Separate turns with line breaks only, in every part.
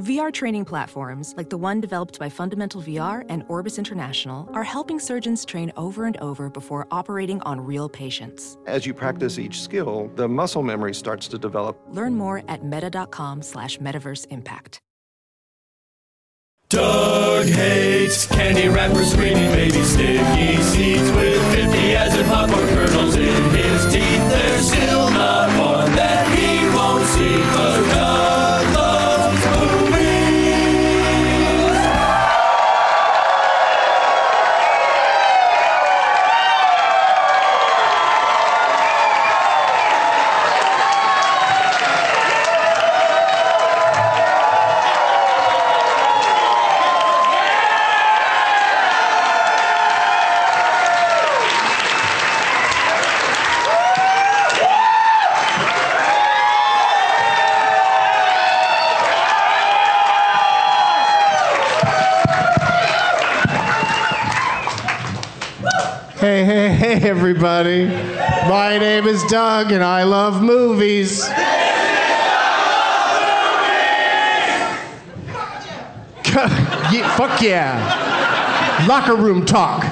VR training platforms like the one developed by Fundamental VR and Orbis International are helping surgeons train over and over before operating on real patients.
As you practice each skill, the muscle memory starts to develop.
Learn more at meta.com slash metaverse impact.
Doug hates candy wrappers, screaming baby sticky seeds with 50 as in popcorn kernels in his teeth. There's still not one that he won't see, cause Doug loves movies.
Hey, hey, hey, everybody. My name is Doug, and I love movies. yeah, fuck yeah. Locker room talk.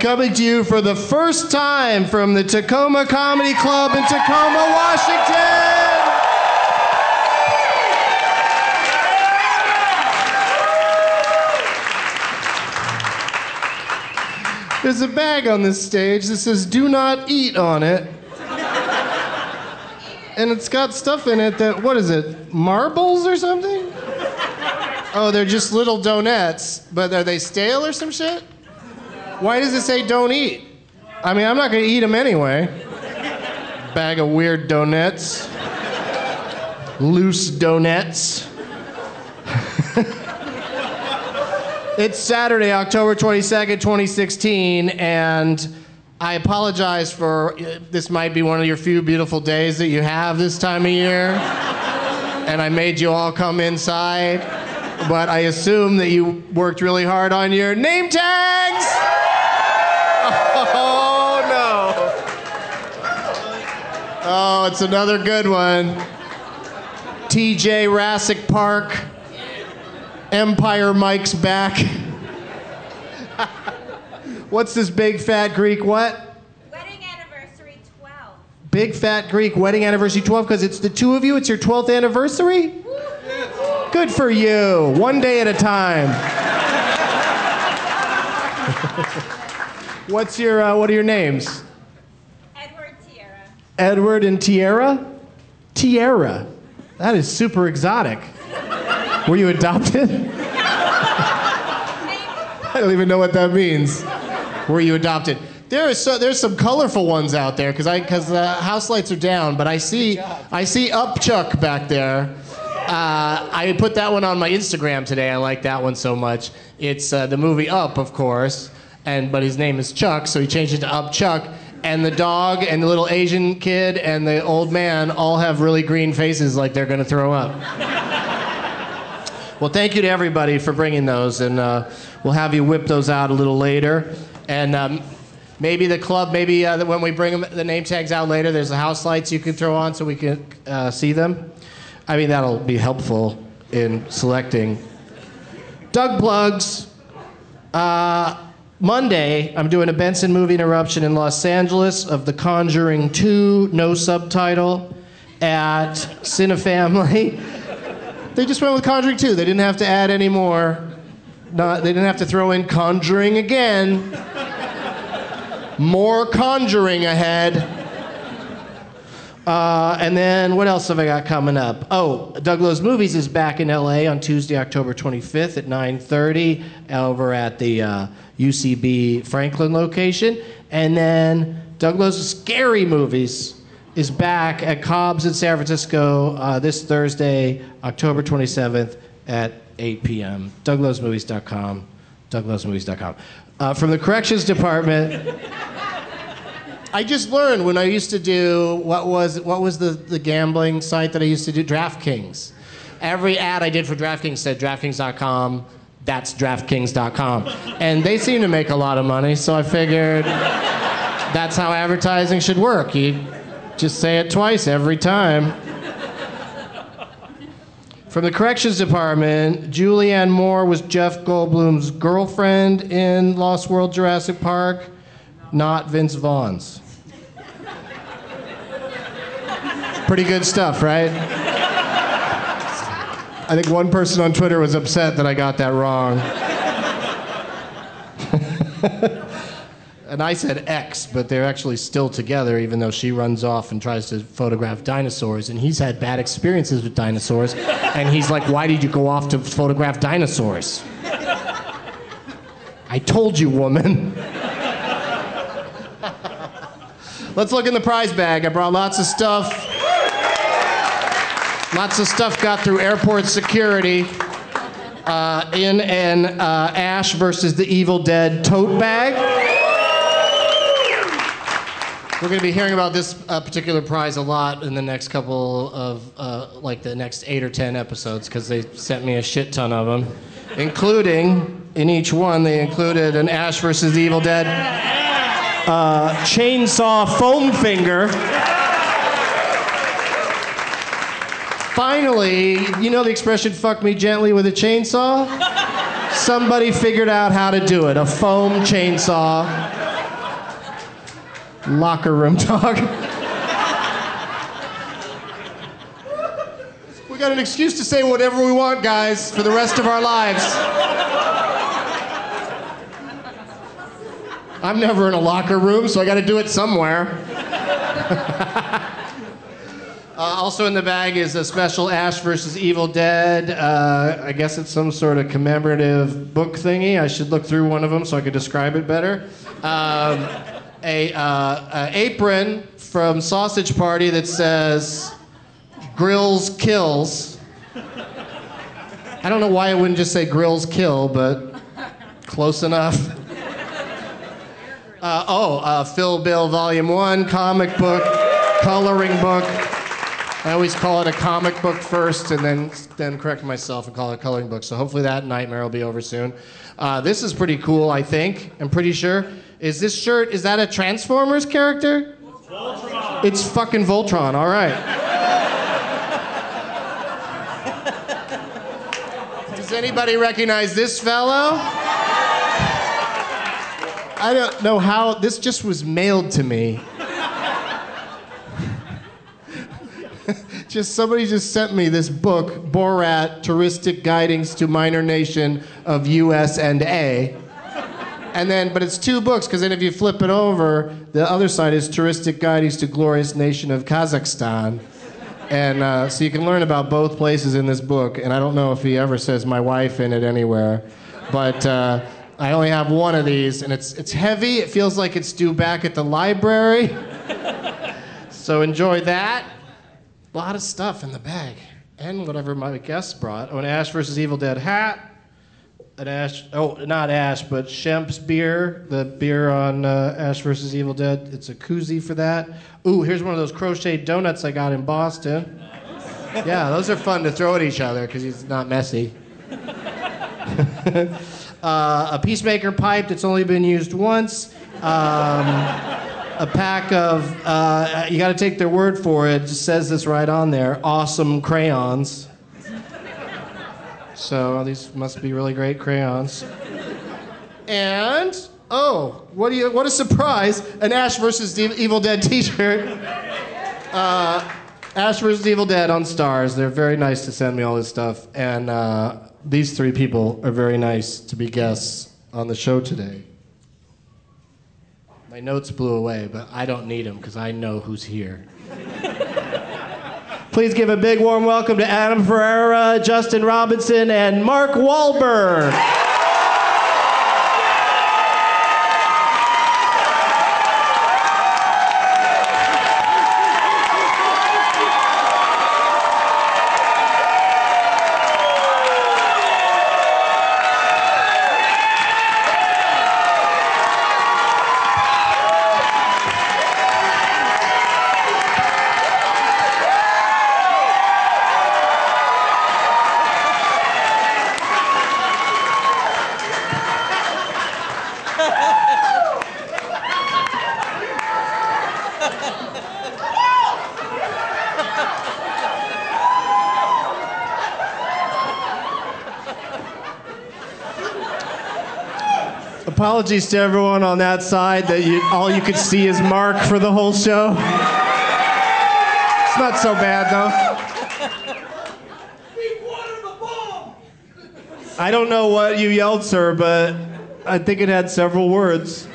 Coming to you for the first time from the Tacoma Comedy Club in Tacoma, Washington. There's a bag on this stage that says "Do not eat" on it, and it's got stuff in it that what is it? Marbles or something? Oh, they're just little donuts, but are they stale or some shit? Why does it say "Don't eat"? I mean, I'm not gonna eat them anyway. Bag of weird donuts, loose donuts. It's Saturday, October 22nd, 2016, and I apologize for uh, this might be one of your few beautiful days that you have this time of year. and I made you all come inside, but I assume that you worked really hard on your name tags. Oh no. Oh, it's another good one. TJ Rassic Park. Empire Mike's back. What's this big fat Greek what?
Wedding anniversary 12.
Big Fat Greek Wedding Anniversary 12 because it's the two of you. It's your 12th anniversary. Good for you. One day at a time. What's your uh, what are your names?
Edward Tierra.
Edward and Tierra? Tierra. That is super exotic. Were you adopted? I don't even know what that means. Were you adopted? There is so, there's some colorful ones out there because I because the house lights are down, but I see I see Upchuck back there. Uh, I put that one on my Instagram today. I like that one so much. It's uh, the movie Up, of course, and but his name is Chuck, so he changed it to Up Chuck. And the dog and the little Asian kid and the old man all have really green faces, like they're gonna throw up. Well, thank you to everybody for bringing those, and uh, we'll have you whip those out a little later. And um, maybe the club, maybe uh, when we bring 'em- the name tags out later, there's the house lights you can throw on so we can uh, see them. I mean, that'll be helpful in selecting. Doug plugs. Uh, Monday, I'm doing a Benson movie interruption in Los Angeles of The Conjuring 2, no subtitle, at Cinefamily. They just went with Conjuring 2. They didn't have to add any more. Not, they didn't have to throw in Conjuring again. More Conjuring ahead. Uh, and then what else have I got coming up? Oh, Doug Lowe's Movies is back in LA on Tuesday, October 25th at 9:30 over at the uh, UCB Franklin location. And then Doug Lowe's Scary Movies is back at Cobb's in San Francisco uh, this Thursday, October 27th at 8 p.m. DougLowe'sMovies.com. DougLowe'sMovies.com. Uh, from the Corrections Department. I just learned when I used to do what was what was the, the gambling site that I used to do DraftKings. Every ad I did for DraftKings said DraftKings.com. That's DraftKings.com, and they seem to make a lot of money. So I figured that's how advertising should work. You just say it twice every time. From the corrections department, Julianne Moore was Jeff Goldblum's girlfriend in Lost World Jurassic Park, not Vince Vaughn's. Pretty good stuff, right? I think one person on Twitter was upset that I got that wrong. and I said X, but they're actually still together, even though she runs off and tries to photograph dinosaurs. And he's had bad experiences with dinosaurs. And he's like, Why did you go off to photograph dinosaurs? I told you, woman. Let's look in the prize bag. I brought lots of stuff. Lots of stuff got through airport security uh, in an uh, Ash versus the Evil Dead tote bag. We're going to be hearing about this uh, particular prize a lot in the next couple of, uh, like the next eight or ten episodes, because they sent me a shit ton of them, including in each one they included an Ash versus the Evil Dead uh, chainsaw foam finger. Finally, you know the expression "fuck me gently with a chainsaw." Somebody figured out how to do it. A foam chainsaw locker room talk. we got an excuse to say whatever we want, guys, for the rest of our lives. I'm never in a locker room, so I got to do it somewhere. Uh, also in the bag is a special Ash versus Evil Dead. Uh, I guess it's some sort of commemorative book thingy. I should look through one of them so I could describe it better. Um, a, uh, a apron from Sausage Party that says "Grills kills." I don't know why it wouldn't just say "Grills kill," but close enough. Uh, oh, uh, Phil Bill Volume One comic book, coloring book. I always call it a comic book first, and then then correct myself and call it a coloring book. So hopefully that nightmare will be over soon. Uh, this is pretty cool, I think. I'm pretty sure. Is this shirt? Is that a Transformers character? Voltron. It's fucking Voltron. All right. Does anybody recognize this fellow? I don't know how. This just was mailed to me. just somebody just sent me this book, Borat: Touristic Guidings to Minor Nation of U.S. and A. And then, but it's two books because then if you flip it over, the other side is Touristic Guidings to Glorious Nation of Kazakhstan. And uh, so you can learn about both places in this book. And I don't know if he ever says my wife in it anywhere, but uh, I only have one of these, and it's it's heavy. It feels like it's due back at the library. so enjoy that. A lot of stuff in the bag, and whatever my guests brought. Oh, an Ash versus Evil Dead hat. An Ash, oh, not Ash, but Shemp's beer, the beer on uh, Ash versus Evil Dead. It's a koozie for that. Ooh, here's one of those crocheted donuts I got in Boston. Yeah, those are fun to throw at each other because it's not messy. uh, a peacemaker pipe that's only been used once. Um, a pack of, uh, you got to take their word for it, it just says this right on there awesome crayons. So these must be really great crayons. And, oh, what, do you, what a surprise! An Ash versus De- Evil Dead t shirt. Uh, Ash versus Evil Dead on Stars. They're very nice to send me all this stuff. And uh, these three people are very nice to be guests on the show today. My notes blew away, but I don't need them because I know who's here. Please give a big warm welcome to Adam Ferreira, Justin Robinson, and Mark Wahlberg. Apologies to everyone on that side that you, all you could see is Mark for the whole show. It's not so bad though. I don't know what you yelled, sir, but I think it had several words.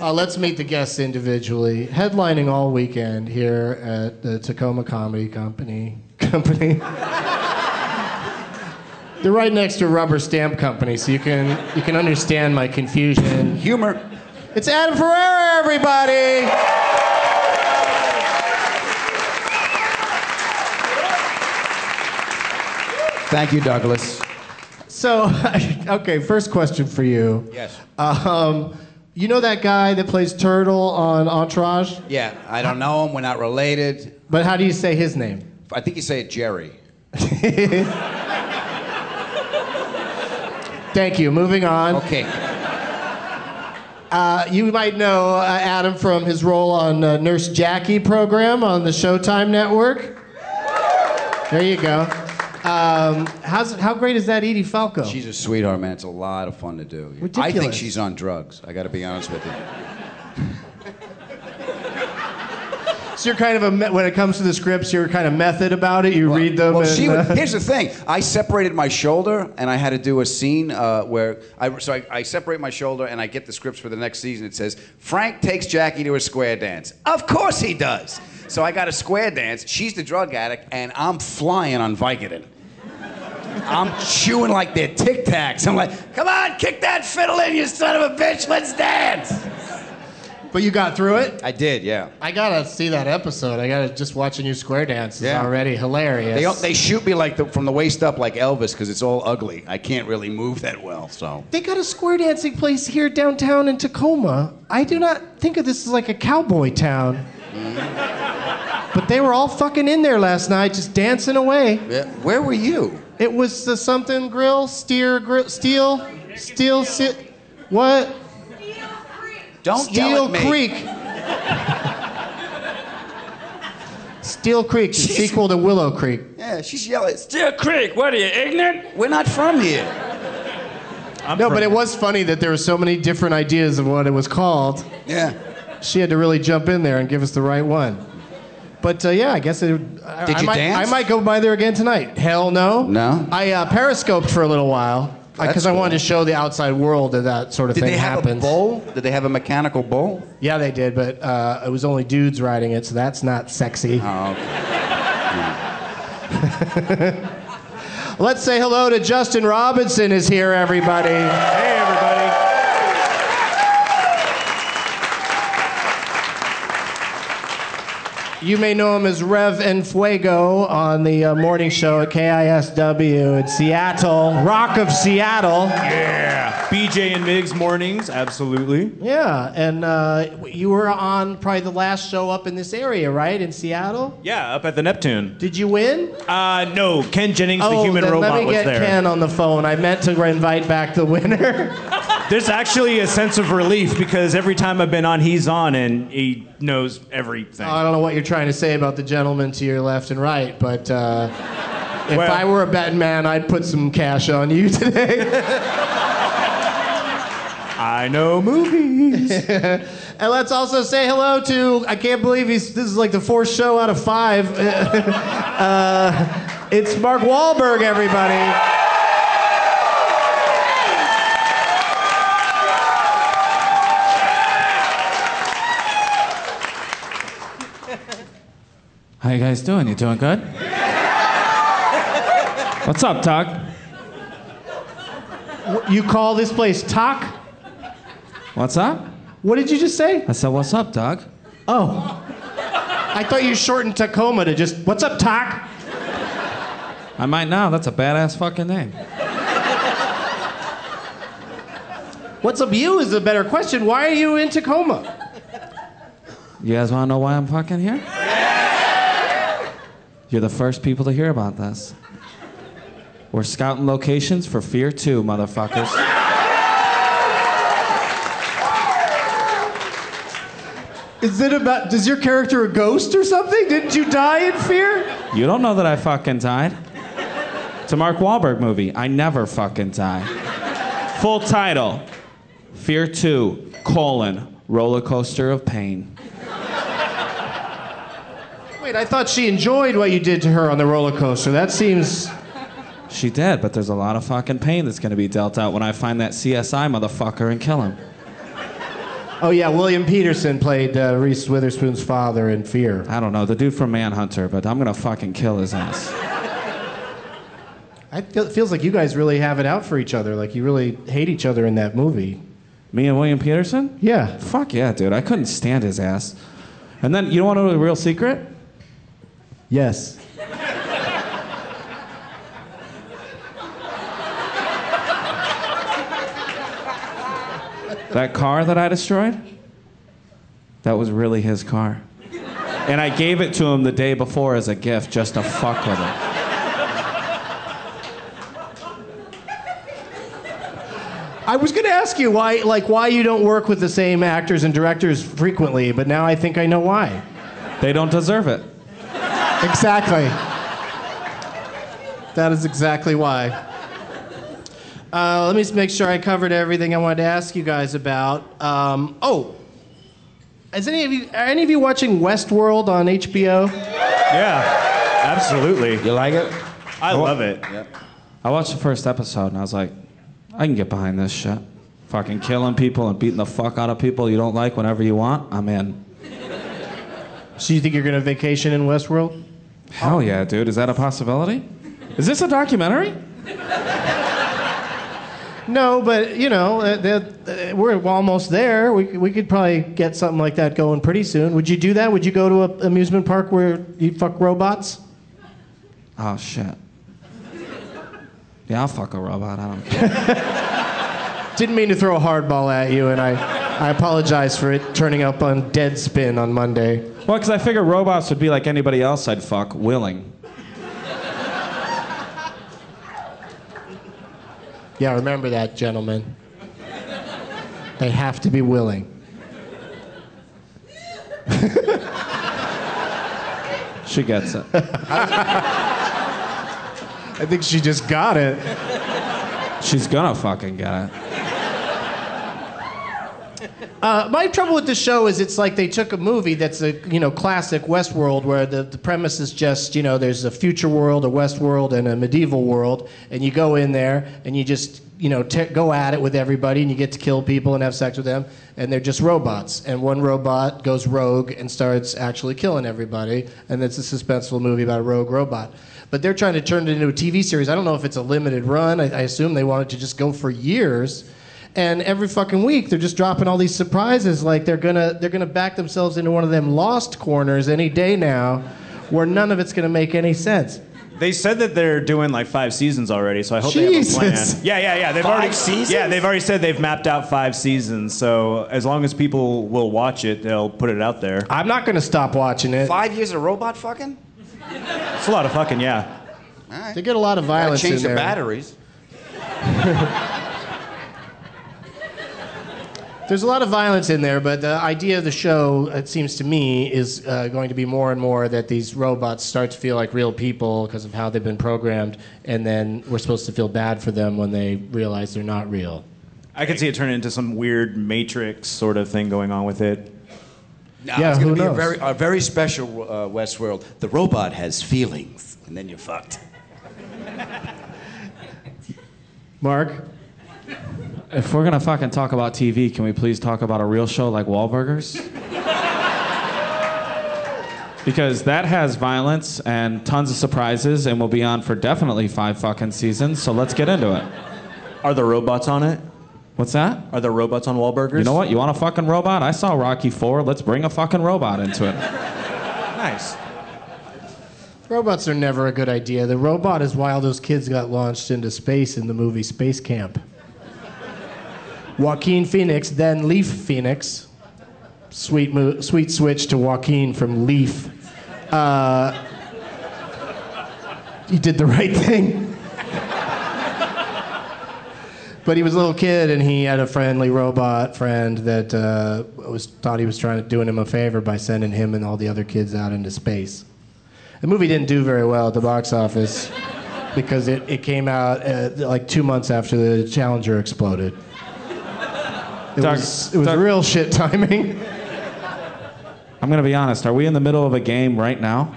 Uh, let's meet the guests individually. Headlining all weekend here at the Tacoma Comedy Company. Company. They're right next to Rubber Stamp Company, so you can you can understand my confusion. Humor. It's Adam Ferrera, everybody.
Thank you, Douglas.
So, okay, first question for you.
Yes.
Um, you know that guy that plays Turtle on Entourage,
Yeah, I don't know him. We're not related.
but how do you say his name?
I think you say it Jerry.
Thank you. Moving on.
Okay.
Uh, you might know uh, Adam from his role on uh, Nurse Jackie program on the Showtime network. There you go. Um, how's, how great is that Edie Falco?
She's a sweetheart, man. It's a lot of fun to do. I think
Ridiculous.
she's on drugs. I got to be honest with you.
So you're kind of a me- when it comes to the scripts, you're kind of method about it. You read them.
Well,
and,
she would,
uh,
here's the thing. I separated my shoulder, and I had to do a scene uh, where I so I, I separate my shoulder, and I get the scripts for the next season. It says Frank takes Jackie to a square dance. Of course he does. So I got a square dance. She's the drug addict, and I'm flying on Vicodin. I'm chewing like they're Tic Tacs. I'm like, come on, kick that fiddle in, you son of a bitch. Let's dance.
but you got through it.
I did, yeah.
I gotta see that episode. I gotta just watching you square dance is
Yeah.
already hilarious.
They, don't- they shoot me like the, from the waist up like Elvis because it's all ugly. I can't really move that well, so.
They got a square dancing place here downtown in Tacoma. I do not think of this as like a cowboy town. but they were all fucking in there last night, just dancing away.
Yeah, Where were you?
It was the something grill, steer grill, steel, steel, si- what?
Don't
Steel
yell at me.
Creek. Steel Creek, the
Jeez.
sequel to Willow Creek.
Yeah, she's yelling.
Deer Creek, what are you, ignorant?
We're not from here.
no, but it was funny that there were so many different ideas of what it was called.
Yeah.
she had to really jump in there and give us the right one. But uh, yeah, I guess it. I,
Did
I
you
might,
dance?
I might go by there again tonight. Hell no.
No?
I uh, periscoped for a little while
That's
because I wanted to show the outside world that that sort of
Did
thing
they have
happens.
a bowl? Did they have a mechanical bowl?
Yeah, they did, but uh, it was only dudes riding it, so that's not sexy.
Oh, okay.
Let's say hello to Justin Robinson is here, everybody. Hey, everybody. You may know him as Rev and Fuego on the uh, morning show at KISW in Seattle, Rock of Seattle.
Yeah. BJ and Migs mornings, absolutely.
Yeah, and uh, you were on probably the last show up in this area, right, in Seattle?
Yeah, up at the Neptune.
Did you win?
Uh, no, Ken Jennings, the human
Oh, then
robot,
let me
was
get
there.
Ken on the phone. I meant to invite back the winner.
There's actually a sense of relief because every time I've been on, he's on and he knows everything.
I don't know what you're trying to say about the gentleman to your left and right, but uh, if
Well-
I were a betting man, I'd put some cash on you today.
I know movies.
and let's also say hello to I can't believe he's this is like the fourth show out of five. uh, it's Mark Wahlberg, everybody.
How you guys doing? You doing good? What's up, Tuck?
You call this place Talk?
What's up?
What did you just say?
I said, what's up, Tuck?
Oh. I thought you shortened Tacoma to just, what's up, Talk?
I might now. That's a badass fucking name.
What's up, you is the better question. Why are you in Tacoma?
You guys want to know why I'm fucking here? You're the first people to hear about this. We're scouting locations for Fear 2, motherfuckers.
Is it about, does your character a ghost or something? Didn't you die in fear?
You don't know that I fucking died. It's a Mark Wahlberg movie. I never fucking die. Full title Fear 2, colon, roller coaster of pain.
Wait, I thought she enjoyed what you did to her on the roller coaster. That seems.
She did, but there's a lot of fucking pain that's gonna be dealt out when I find that CSI motherfucker and kill him.
Oh, yeah, William Peterson played uh, Reese Witherspoon's father in fear.
I don't know, the dude from Manhunter, but I'm gonna fucking kill his ass.
I feel, it feels like you guys really have it out for each other. Like you really hate each other in that movie.
Me and William Peterson?
Yeah.
Fuck yeah, dude. I couldn't stand his ass. And then, you don't wanna know the real secret?
Yes.
That car that I destroyed? That was really his car. And I gave it to him the day before as a gift just to fuck with him.
I was going to ask you why, like, why you don't work with the same actors and directors frequently, but now I think I know why.
They don't deserve it.
Exactly. That is exactly why. Uh, let me just make sure I covered everything I wanted to ask you guys about. Um, oh, is any of you are any of you watching Westworld on HBO?
yeah, absolutely.
You like it?
I love it.
I watched the first episode and I was like, I can get behind this shit. Fucking killing people and beating the fuck out of people you don't like whenever you want. I'm in.
So you think you're going to vacation in Westworld?
Hell yeah, dude. Is that a possibility? Is this a documentary?
No, but you know uh, the- uh, we're almost there. We we could probably get something like that going pretty soon. Would you do that? Would you go to an amusement park where you fuck robots?
Oh shit. Yeah, I'll fuck a robot. I don't care.
Didn't mean to throw a hardball at you, and I, I apologize for it turning up on Deadspin on Monday.
well, because I figure robots would be like anybody else I'd fuck, willing.
Yeah, remember that, gentlemen. They have to be willing.
She gets it.
I think she just got it.
She's gonna fucking get it.
Uh, my trouble with the show is it's like they took a movie that's a you know classic Westworld where the, the premise is just you know there's a future world, a Westworld, and a medieval world, and you go in there and you just you know te- go at it with everybody and you get to kill people and have sex with them and they're just robots and one robot goes rogue and starts actually killing everybody and it's a suspenseful movie about a rogue robot but they're trying to turn it into a tv series i don't know if it's a limited run i, I assume they want it to just go for years and every fucking week they're just dropping all these surprises like they're gonna they're gonna back themselves into one of them lost corners any day now where none of it's gonna make any sense
They said that they're doing like five seasons already, so I hope they have a
Jesus.
plan. Yeah, yeah, yeah. They've
Five
already
seasons?
Yeah, they've already said they've mapped out five seasons. So as long as people will watch it, they'll put it out there.
i'm not gonna stop watching it
Five years of robot fucking?
It's a lot of fucking yeah.
they get a lot of violence
Gotta change
in
the
there.
batteries.
There's a lot of violence in there, but the idea of the show, it seems to me, is uh, going to be more and more that these robots start to feel like real people because of how they've been programmed, and then we're supposed to feel bad for them when they realize they're not real.
I could see it turn into some weird Matrix sort of thing going on with it.
No,
Yeah,
it's gonna
who
be a
knows?
very, a very special uh, Westworld. The robot has feelings, and then you're fucked.
Mark?
If we're gonna fucking talk about TV, can we please talk about a real show like Wahlburgers? because that has violence and tons of surprises and will be on for definitely five fucking seasons, so let's get into it.
Are the robots on it?
What's that?
Are the robots on Wahlburgers?
You know what? You want a fucking robot? I saw Rocky 4. Let's bring a fucking robot into it.
Nice.
Robots are never a good idea. The robot is why all those kids got launched into space in the movie Space Camp. Joaquin Phoenix, then Leaf Phoenix. Sweet, mo- sweet switch to Joaquin from Leaf. Uh, he did the right thing. but he was a little kid and he had a friendly robot friend that uh, was, thought he was trying to doing him a favor by sending him and all the other kids out into space. The movie didn't do very well at the box office because it, it came out uh, like two months after the Challenger exploded. It
Doug-
was, it was
Doug-
real shit timing.
I'm gonna be honest. Are we in the middle of a game right now?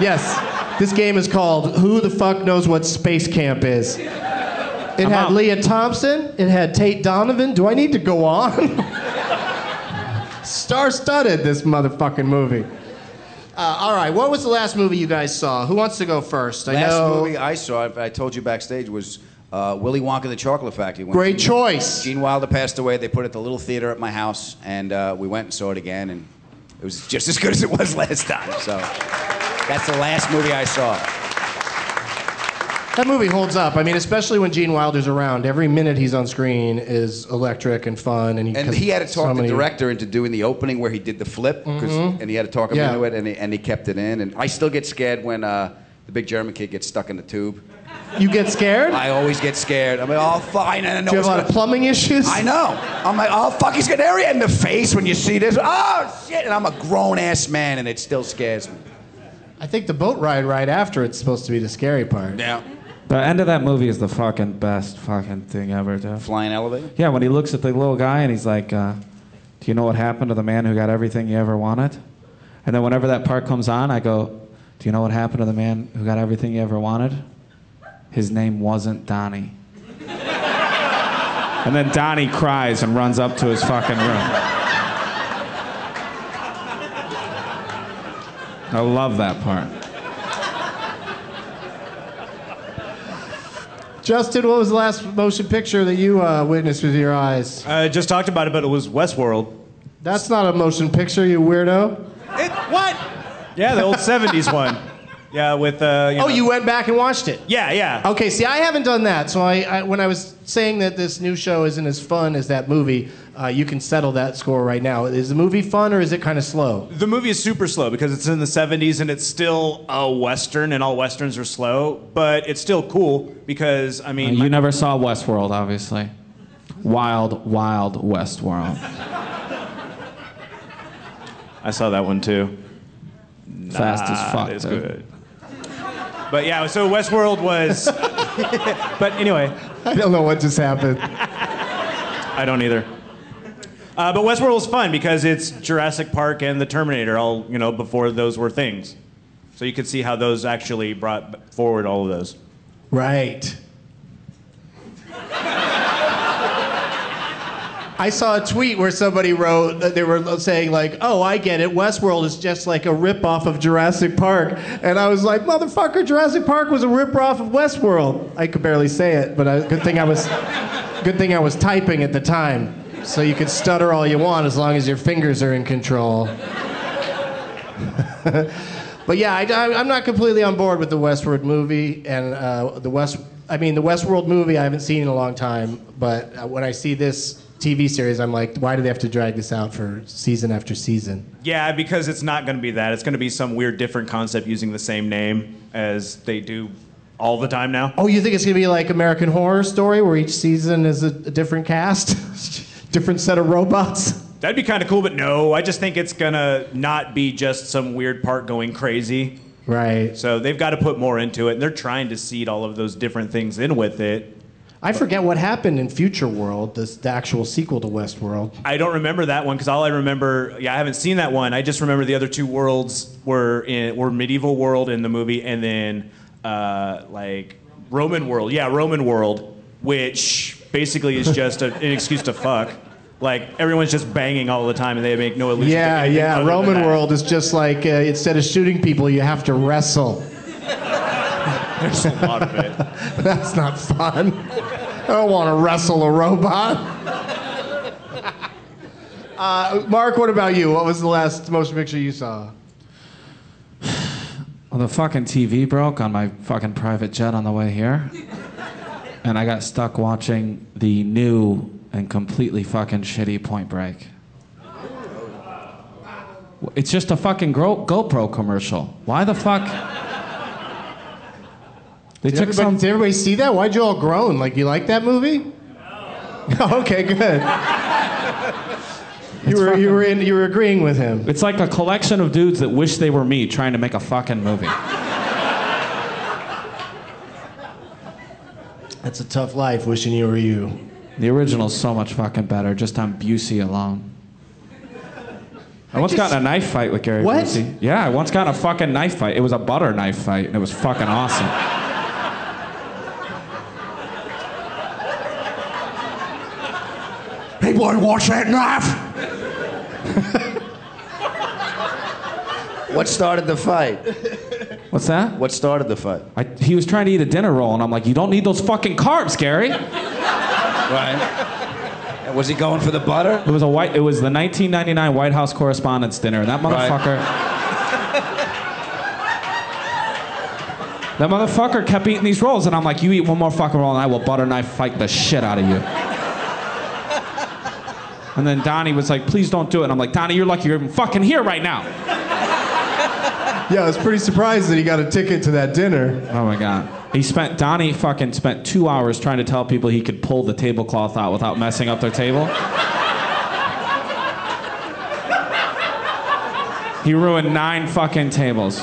Yes, this game is called Who the Fuck Knows What Space Camp Is. It had
out.
Leah Thompson, it had Tate Donovan. Do I need to go on? Star studded, this motherfucking movie. Uh, all right, what was the last movie you guys saw? Who wants to go first? I
Last
know.
movie I saw, I I told you backstage, was uh, Willy Wonka and the Chocolate Factory. When
Great choice.
Gene Wilder passed away. They put it at the little theater at my house, and uh, we went and saw it again, and it was just as good as it was last time. So that's the last movie I saw.
That movie holds up. I mean, especially when Gene Wilder's around. Every minute he's on screen is electric and fun. And he,
And he had to talk
so
the
many- Mm-hmm.
director into doing the opening where he did the flip, 'cause- and he had to talk him
Yeah.
into it, and he, and he kept it in. And I still get scared when uh, the big German kid gets stuck in the tube.
You get scared?
I always get scared. I'm like, oh, fine. I know
Do you have a
what's
lot of
gonna-
plumbing issues?
I know. I'm like, oh, fuck, he's getting area in the face when you see this. Oh, shit. And I'm a grown ass man, and it still scares me.
I think the boat ride right after it's supposed to be the scary part.
Yeah.
The end of that movie is the fucking best fucking thing ever, dude.
Flying elevator?
Yeah, when he looks at the little guy and he's like, uh, "Do you know what happened to the man who got everything he ever wanted?" And then whenever that part comes on, I go, "Do you know what happened to the man who got everything he ever wanted? His name wasn't Donnie." and then Donnie cries and runs up to his fucking room. I love that part.
Justin, what was the last motion picture that you uh, witnessed with your eyes?
I just talked about it, but it was Westworld.
That's not a motion picture, you weirdo.
It, what? Yeah, the old '70s one. Yeah, with uh.
Oh,
know-
you went back and watched it.
Yeah, yeah.
Okay, see, I haven't done that. So I, I when I was saying that this new show isn't as fun as that movie, uh, you can settle that score right now. Is the movie fun or is it kind of slow?
The movie is super slow because it's in the 70s and it's still a western, and all westerns are slow. But it's still cool because I mean,
Uh,
my-
you never saw Westworld, obviously. Wild, wild Westworld.
I saw that one too.
Fast as
Ah,
fuck.
It's
dude.
good. But yeah, so Westworld was. but anyway,
I don't know what just happened.
I don't either. Uh, but Westworld was fun because it's Jurassic Park and the Terminator, all you know, before those were things. So you could see how those actually brought forward all of those.
Right. I saw a tweet where somebody wrote that they were saying like, "Oh, I get it. Westworld is just like a ripoff of Jurassic Park," and I was like, "Motherfucker, Jurassic Park was a ripoff of Westworld." I could barely say it, but I, good thing I was, good thing I was typing at the time, so you could stutter all you want as long as your fingers are in control. But yeah, I, am not completely on board with the Westworld movie and uh, the West. I mean, the Westworld movie I haven't seen in a long time. But uh, when I see this TV series, I'm like, why do they have to drag this out for season after season?
Yeah, because it's not going to be that. It's going to be some weird, different concept using the same name as they do all the time now.
Oh, you think it's gonna be like American Horror Story, where each season is a, a different cast, different set of robots?
That'd be kind of cool, but no, I just think it's going to not be just some weird part going crazy.
Right.
So they've got to put more into it, and they're trying to seed all of those different things in with it.
I forget what happened in Future World, this, the actual sequel to Westworld.
I don't remember that one because all I remember, yeah, I haven't seen that one. I just remember the other two worlds were in were medieval world in the movie, and then uh, like Roman world. Yeah, Roman world, which basically is just a, an excuse to fuck. Like everyone's just banging all the time, and they make no illusion.
Yeah, yeah. Roman World is just like uh, instead of shooting people, you have to wrestle.
There's a lot of it.
That's not fun. I don't want to wrestle a robot. Uh, Mark, what about you? What was the last motion picture you saw?
Well, the fucking TV broke on my fucking private jet on the way here. And I got stuck watching the new and completely fucking shitty Point Break. It's just a fucking Gro- GoPro commercial. Why the fuck? They
Did
took
everybody,
some.
did everybody see that? Why'd you all groan? Like you like that movie? No. okay, good. you were you were in, you were agreeing with him.
It's like a collection of dudes that wish they were me trying to make a fucking movie.
That's a tough life, wishing you were you.
The original's so much fucking better, just on Busey alone. I once got in a knife fight with Gary
What?
Busey. Yeah, I once got in a fucking knife fight. It was a butter knife fight, and it was fucking awesome.
Hey, boy, watch that knife! what started the fight?
What's that?
What started the fight?
I, he was trying to eat a dinner roll, and I'm like, you don't need those fucking carbs, Gary. It
Right. And was he going for the butter?
was a white. It was the 1999 White House Correspondents' Dinner, and that
Right.
motherfucker. That motherfucker kept eating these rolls, and I'm like, you eat one more fucking roll, and I will butter knife fight the shit out of you. And then Donnie was like, please don't do it. And I'm like, Donnie, you're lucky you're even fucking here right now.
Yeah, I was pretty surprised that he got a ticket to that dinner.
Oh my god. He spent Donnie fucking spent two hours trying to tell people he could pull the tablecloth out without messing up their table. he ruined nine fucking tables.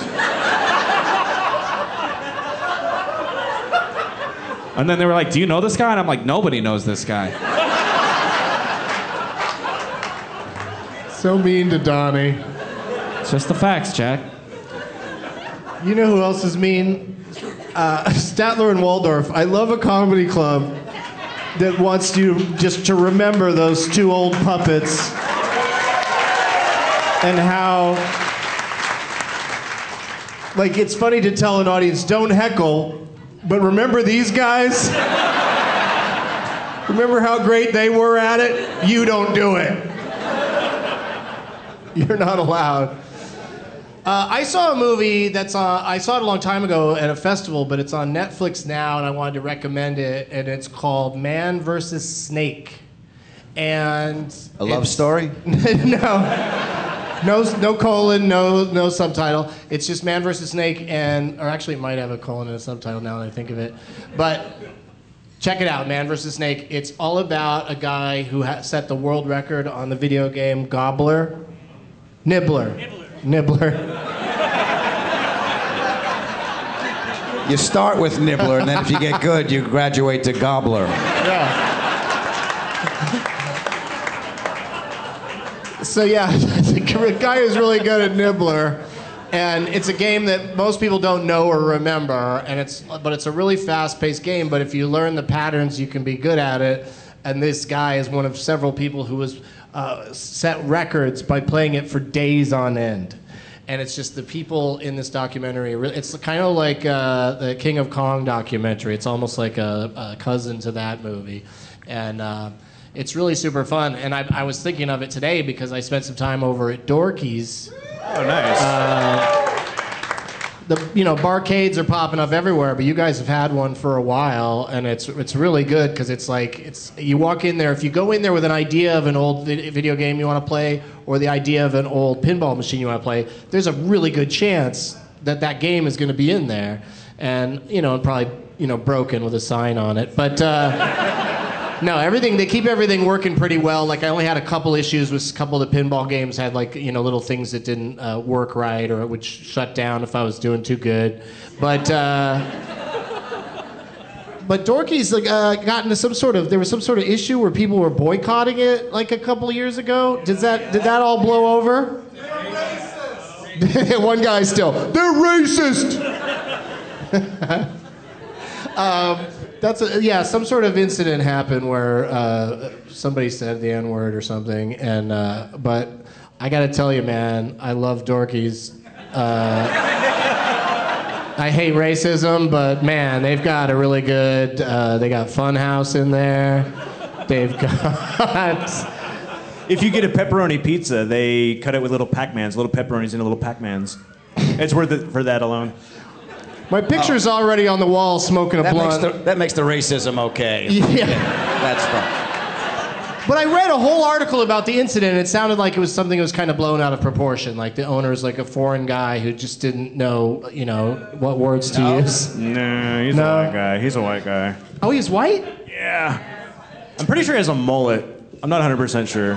And then they were like, Do you know this guy? And I'm like, Nobody knows this guy.
So mean to Donnie.
It's just the facts, Jack.
You know who else is mean? Uh, Statler and Waldorf. I love a comedy club that wants you just to remember those two old puppets and how. Like, it's funny to tell an audience, don't heckle, but remember these guys? remember how great they were at it? You don't do it. You're not allowed. Uh, I saw a movie that's uh, I saw it a long time ago at a festival, but it's on Netflix now, and I wanted to recommend it. And it's called Man versus Snake, and
A love
it's-
story?
no, no, no colon, no no subtitle. It's just Man versus Snake, and or actually it might have a colon and a subtitle now that I think of it, but. Check it out, Man versus Snake. It's all about a guy who ha- set the world record on the video game Gobbler. Nibbler. Nibbler.
You start with nibbler, and then if you get good, you graduate to gobbler.
Yeah. so yeah, the guy who's really good at Nibbler, and it's a game that most people don't know or remember, and it's but it's a really fast-paced game. But if you learn the patterns, you can be good at it. And this guy is one of several people who has uh, set records by playing it for days on end. And it's just the people in this documentary. re- It's kind of like uh, the King of Kong documentary. It's almost like a, a cousin to that movie, and. Uh, it's really super fun, and I, I was thinking of it today because I spent some time over at Dorky's.
Oh, nice.
The you know barcades are popping up everywhere, but you guys have had one for a while, and it's it's really good because it's like it's you walk in there. If you go in there with an idea of an old vi- video game you want to play, or the idea of an old pinball machine you want to play, there's a really good chance that that game is going to be in there, and you know and probably you know broken with a sign on it, but. Uh, No, everything. They keep everything working pretty well. Like I only had a couple issues with a couple of the pinball games had like you know little things that didn't uh, work right or it would sh- shut down if I was doing too good. But uh, but Dorky's like uh, got into some sort of there was some sort of issue where people were boycotting it like a couple of years ago. Did that did that all blow over? One guy still. They're racist. That's a, yeah, some sort of incident happened where uh, somebody said the N word or something, and uh, but I gotta tell you, man, I love Dorkies. Uh, I hate racism, but man, they've got a really good. Uh, they got Funhouse in there. They've got.
If you get a pepperoni pizza, they cut it with little Pac-Mans, little pepperonis into little Pac-Mans. It's worth it for that alone.
My picture's already on the wall smoking
Oh.
a
That makes,
blunt.
the, that makes the racism okay.
yeah.
That's fun.
But I read a whole article about the incident. It sounded like it was something that was kind of blown out of proportion. Like the owner's like a foreign guy who just didn't know, you know, what words to use.
No, he's
No.
a white guy. He's a white guy.
Oh, he's white?
Yeah. I'm pretty sure he has a mullet. I'm not 100% sure.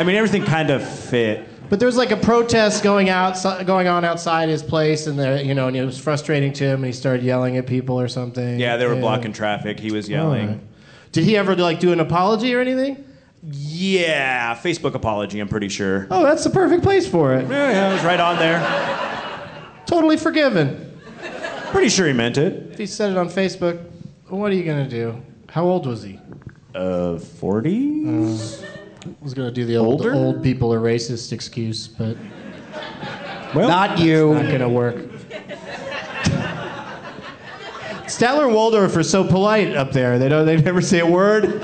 I mean, everything kind of fit.
But there's like a protest going out, going on outside his place, and there, you know, and it was frustrating to him, and he started yelling at people or something.
Yeah, they were blocking traffic. He was yelling.
Alright. Did he ever like do an apology or anything?
Yeah, Facebook apology, I'm pretty sure.
Oh, that's the perfect place for it.
Yeah, yeah, it was right on there.
Totally forgiven.
Pretty sure he meant it.
If he said it on Facebook, what are you gonna do? How old was he?
Uh, 40?
I was gonna do the old
Older?
old people are racist excuse, but
Well,
not you. Not gonna work. Statler and Waldorf are so polite up there. They don't. They never say a word.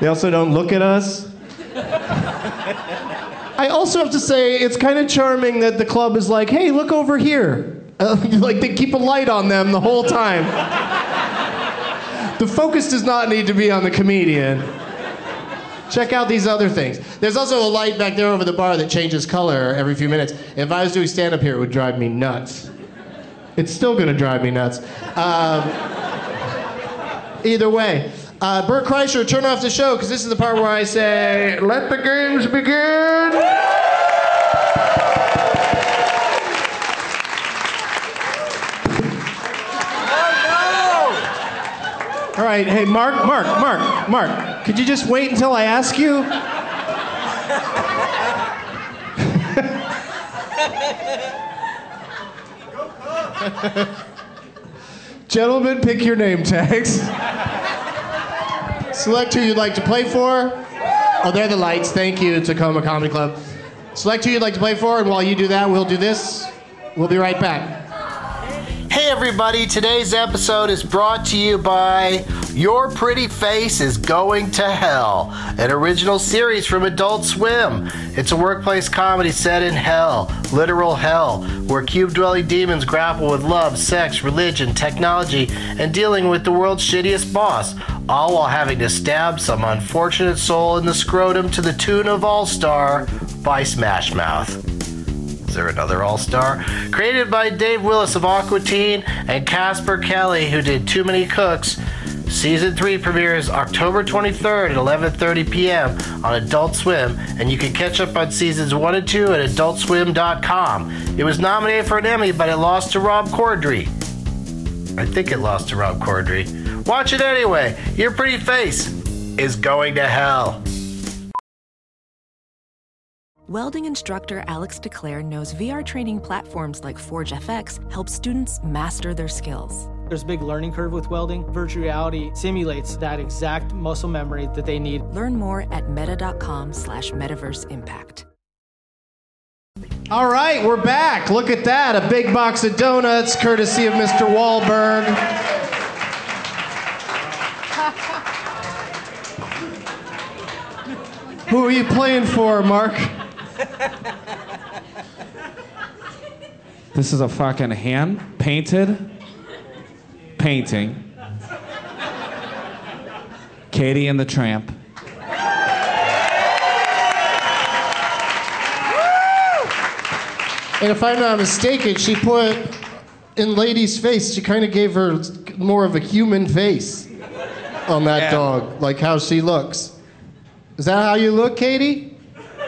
They also don't look at us. I also have to say it's kind of charming that the club is like, "Hey, look over here." Uh, like they keep a light on them the whole time. the focus does not need to be on the comedian. Check out these other things. There's also a light back there over the bar that changes color every few minutes. If I was doing stand up here, it would drive me nuts. It's still going to drive me nuts. Um, either way, uh, Bert Kreischer, turn off the show because this is the part where I say, let the games begin. All right, hey, Mark, Mark, Mark, Mark, could you just wait until I ask you? Gentlemen, pick your name tags. Select who you'd like to play for. Oh, they're the lights. Thank you, Tacoma Comedy Club. Select who you'd like to play for, and while you do that, we'll do this. We'll be right back.
Hey everybody, today's episode is brought to you by Your Pretty Face is Going to Hell, an original series from Adult Swim. It's a workplace comedy set in hell, literal hell, where cube dwelling demons grapple with love, sex, religion, technology, and dealing with the world's shittiest boss, all while having to stab some unfortunate soul in the scrotum to the tune of All Star by Smash Mouth. Is there another All Star? Created by Dave Willis of Aqua Teen and Casper Kelly, who did Too Many Cooks. Season 3 premieres October 23rd at 11:30 p.m. on Adult Swim, and you can catch up on seasons 1 and 2 at adultswim.com. It was nominated for an Emmy, but it lost to Rob Corddry. I think it lost to Rob Corddry. Watch it anyway. Your pretty face is going to hell.
Welding instructor Alex DeClaire knows VR training platforms like Forge FX help students master their skills.
There's a big learning curve with welding. Virtual reality simulates that exact muscle memory that they need.
Learn more at meta.com slash metaverse impact.
All right, we're back. Look at that. A big box of donuts, courtesy of Mr. Wahlberg. Who are you playing for, Mark?
This is a fucking hand painted painting. Katie and the Tramp.
And if I'm not mistaken, she put in Lady's face, she kind of gave her more of a human face on that dog, like how she looks. Is that how you look, Katie?
Uh,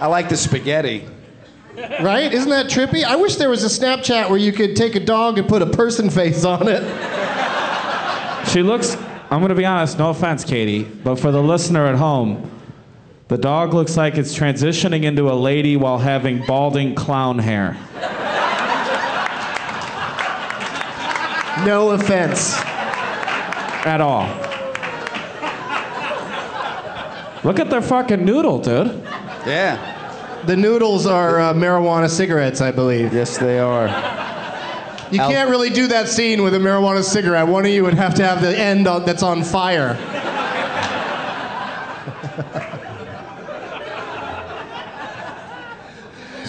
I like the spaghetti.
Right? Isn't that trippy? I wish there was a Snapchat where you could take a dog and put a person face on it.
She looks, I'm going to be honest, no offense, Katie, but for the listener at home, the dog looks like it's transitioning into a lady while having balding clown hair.
No offense.
At all. Look at their fucking noodle, dude.
Yeah. The noodles are uh, marijuana cigarettes, I believe.
Yes, they are.
You
Al-
can't really do that scene with a marijuana cigarette. One of you would have to have the end on, that's on fire.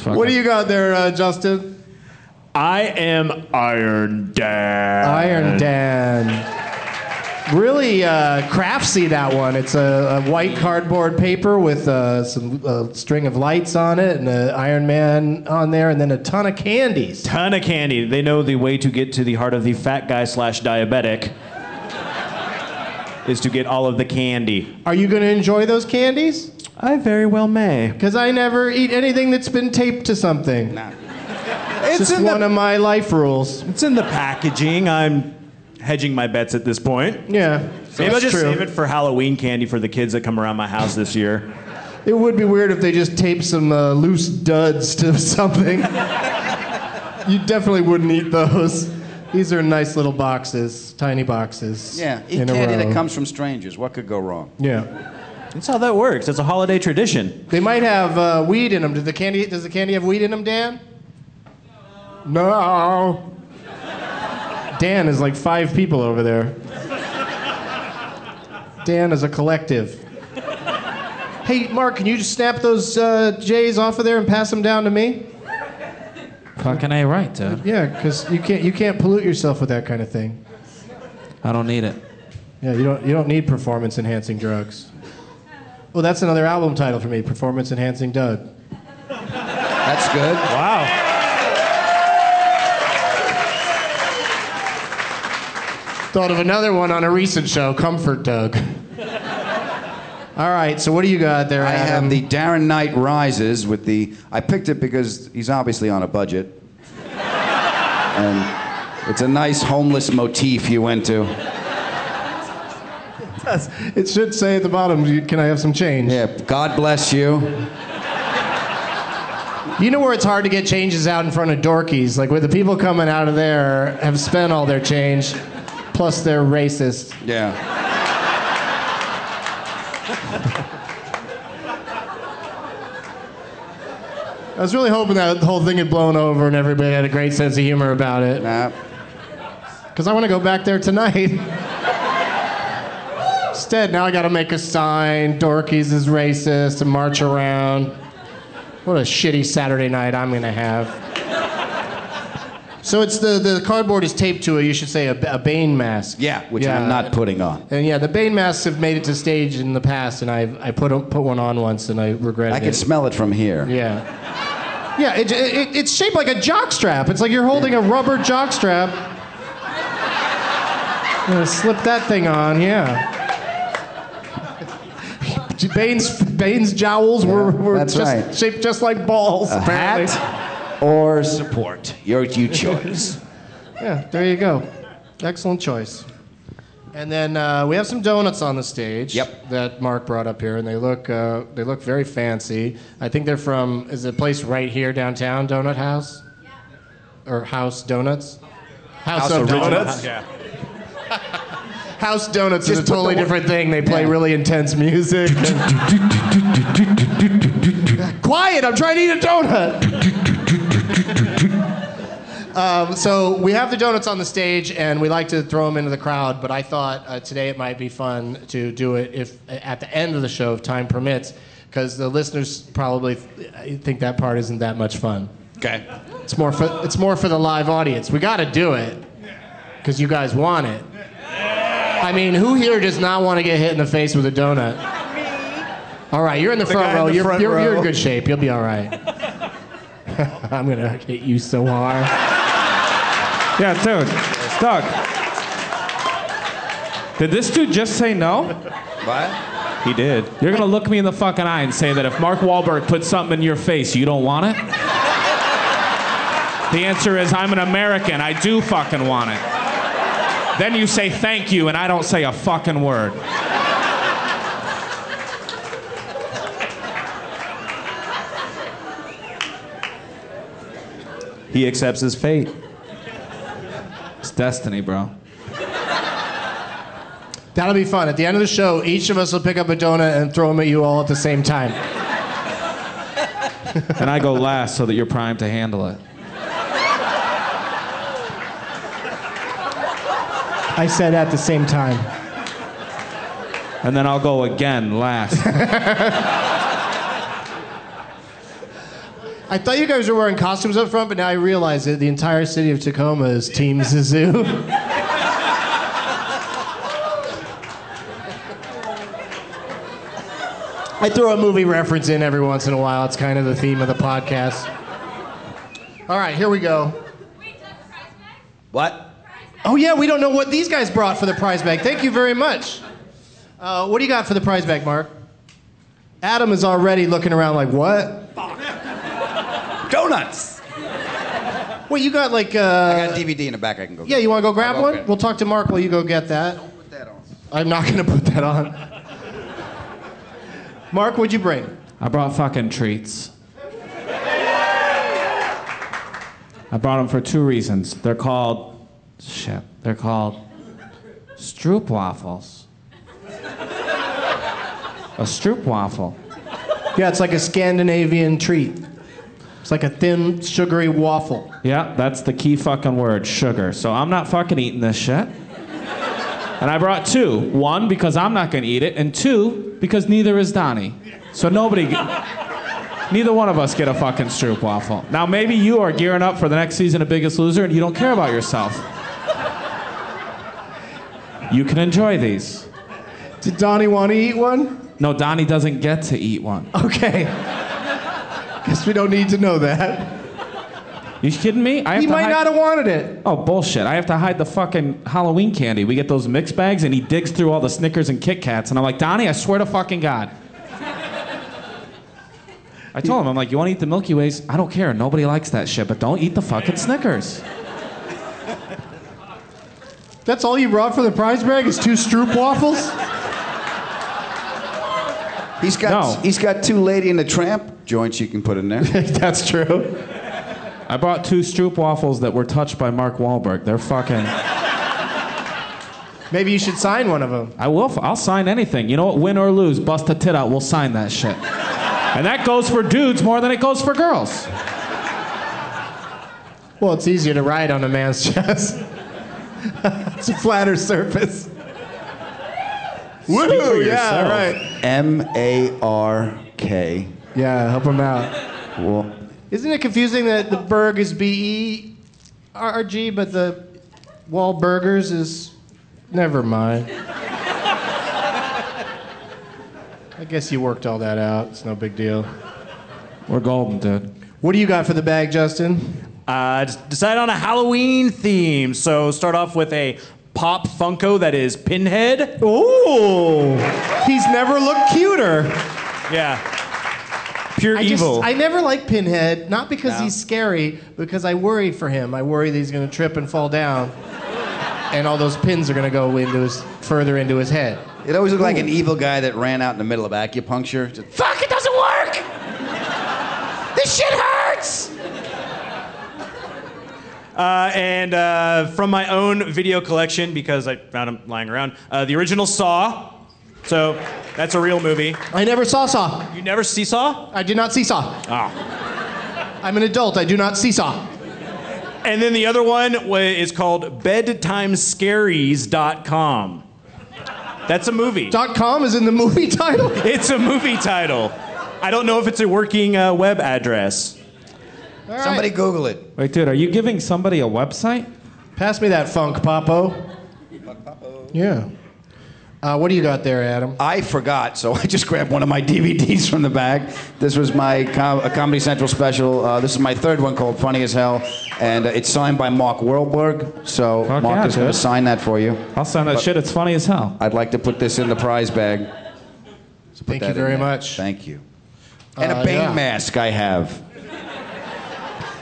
What do you got there, uh, Justin?
I am Iron Dan.
Iron Dan. Really uh, craftsy that one. It's a, a white cardboard paper with uh, some uh, string of lights on it and an Iron Man on there, and then a ton of candies.
Ton of candy. They know the way to get to the heart of the fat guy slash diabetic is to get all of the candy.
Are you going to enjoy those candies?
I very well may.
Because I never eat anything that's been taped to something. It's just one of my life rules.
It's in the packaging. I'm hedging my bets at this point.
Yeah.
Maybe I'll
that's
just
true.
save it for Halloween candy for the kids that come around my house this year.
It would be weird if they just taped some uh, loose duds to something. you definitely wouldn't eat those. These are nice little boxes, tiny boxes.
Yeah, eat
in a
candy that
row.
comes from strangers. What could go wrong?
Yeah.
That's how that works. It's a holiday tradition.
They might have uh, weed in them. Does the candy? Does the candy have weed in them, Dan? No. Dan is like five people over there. Dan is a collective. Hey, Mark, can you just snap those uh, J's off of there and pass them down to me?
Fucking A right, dude.
Yeah, because you can't you can't pollute yourself with that kind of thing.
I don't need it.
Yeah, you don't you don't need performance enhancing drugs. Well, that's another album title for me: Performance Enhancing Doug.
That's good.
Wow.
Thought of another one on a recent show, Comfort Doug. All right, so what do you got there,
I
Adam?
have the Darren Knight Rises with the. I picked it because he's obviously on a budget. and it's a nice homeless motif he went to.
It should say at the bottom, "You- can I have some change?
Yeah, God bless you.
You know where it's hard to get changes out in front of dorkies? Like, where the people coming out of there have spent all their change, plus they're racist.
Yeah.
I was really hoping that whole thing had blown over and everybody had a great sense of humor about it. Because I want to go back there tonight. Instead, now I got to make a sign, Dorkies is racist, and march around. What a shitty Saturday night I'm going to have. So it's the, the cardboard is taped to a, you should say, a, a Bane mask.
Yeah, which
Yeah.
I'm not putting on.
And yeah, the Bane masks have made it to stage in the past, and I, I put, put one on once and I regretted
I
it.
can smell it from here.
Yeah. Yeah, it, it, it's shaped like a jock strap. It's like you're holding a rubber jock strap. I'm gonna slip that thing on, yeah. Bane's, Bane's jowls were, were
that's
just
right.
shaped just like balls,
A
apparently.
hat or support. Your you choice.
Yeah, there you go. Excellent choice. And then uh, we have some donuts on the stage. Yep. That Mark brought up here, and they look uh, they look very fancy. I think they're from is it a place right here downtown, Donut House, or House Donuts. House, of Donuts.
Yeah.
House Donuts is a totally different thing. They play really intense music. Quiet! I'm trying to eat a donut. um, so we have the donuts on the stage, and we like to throw them into the crowd. But I thought uh, today it might be fun to do it if at the end of the show, if time permits, because the listeners probably th- uh, think that part isn't that much fun.
Okay.
It's more for it's more for the live audience. We got to do it because you guys want it. I mean, who here does not want to get hit in the face with a donut? All right, you're in the,
The
front,
guy in
row.
the
you're,
front
you're, you're
row.
in good shape. You'll be all right. I'm gonna hit you so hard.
Yeah, dude. Doug. Did this dude just say no?
What?
He did. You're gonna look me in the fucking eye and say that if Mark Wahlberg puts something in your face, you don't want it? The answer is I'm an American. I do fucking want it. Then you say thank you, and I don't say a fucking word.
He accepts his fate.
It's destiny, bro.
That'll be fun. At the end of the show, each of us will pick up a donut and throw them at you all at the same time.
And I go last so that you're primed to handle it.
I said at the same time.
And then I'll go again last.
I thought you guys were wearing costumes up front, but now I realize that the entire city of Tacoma is Team Zazoo. I throw a movie reference in every once in a while. It's kind of the theme of the podcast. All right, here we go.
What?
Oh, yeah, we don't know what these guys brought for the prize bag. Thank you very much. Uh, what do you got for the prize bag, Mark? Adam is already looking around like, what?
Donuts.
Wait, you got like. Uh,
I got DVD in the back. I can go.
Yeah, you want to go grab
I'll go
one?
get it.
We'll talk to Mark while you go get that. Don't put that on. I'm not going to put that on. Mark, what'd you bring?
I brought fucking treats. I brought them for two reasons. They're called shit. They're called stroop waffles. A stroop waffle.
Yeah, it's like a Scandinavian treat. It's like a thin, sugary waffle.
Yeah, that's the key fucking word, sugar. So I'm not fucking eating this shit. And I brought two. One, because I'm not gonna eat it, and two, because neither is Donnie. So nobody, neither one of us get a fucking stroop waffle. Now maybe you are gearing up for the next season of Biggest Loser and you don't care about yourself. You can enjoy these.
Did Donnie want to eat one?
No, Donnie doesn't get to eat one.
Okay. Guess we don't need to know that.
You kidding me? I have
He
to
might
hide-
not have wanted it.
Oh, bullshit. I have to hide the fucking Halloween candy. We get those mix bags, and he digs through all the Snickers and Kit Kats. And I'm like, Donnie, I swear to fucking God. I told him, I'm like, you want to eat the Milky Ways? I don't care. Nobody likes that shit, but don't eat the fucking Snickers.
That's all you brought for the prize bag is two stroop waffles?
He's got, He's got two Lady and the Tramp joints you can put in there.
That's true.
I brought two Stroop waffles that were touched by Mark Wahlberg. They're fucking.
Maybe you should sign one of them.
I will. I'll sign anything. You know what? Win or lose, bust a tit out. We'll sign that shit. And that goes for dudes more than it goes for girls.
Well, it's easier to ride on a man's chest. it's a flatter surface. Woo! Yeah, right.
M A R K.
Yeah, help him out.
Well,
Isn't it confusing that the Berg is B E R G, but the Wahlburgers is. Never mind. I guess you worked all that out. It's no big deal.
We're golden, dude.
What do you got for the bag, Justin?
Uh, just decide on a Halloween theme. So start off with a pop Funko that is Pinhead.
Oh. Ooh, he's never looked cuter.
Yeah. Pure
I
evil.
Just, I never like Pinhead, not because he's scary, because I worry for him. I worry that he's going to trip and fall down. and all those pins are going to go into his further into his head.
It always looked like an evil guy that ran out in the middle of acupuncture. Just,
Fuck, it doesn't work! this shit hurts!
Uh, and uh, from my own video collection, because I found them lying around, uh, the original Saw. So that's a real movie.
I never saw Saw.
You never see Saw?
I did not see Saw.
Oh.
I'm an adult. I do not see Saw.
And then the other one wa- is called bedtimescaries.com. That's a movie.
Dot com is in the movie title?
It's a movie title. I don't know if it's a working uh, web address.
Somebody Google it.
Wait, dude, are you giving somebody a website?
Pass me that funk, Papo. Yeah. Uh, what do you got there, Adam?
I forgot, so I just grabbed one of my DVDs from the bag. This was my com- a Comedy Central special. Uh, this is my third one called Funny as Hell, and uh, it's signed by Mark Wahlberg. So
Fuck
Mark
yeah,
is going to
dude.
sign that for you.
I'll sign that
But-
shit. It's funny as hell.
I'd like to put this in the prize bag. So put
Thank you
that in
very
there.
much.
Thank you. And
Uh,
a Bane
yeah.
mask I have.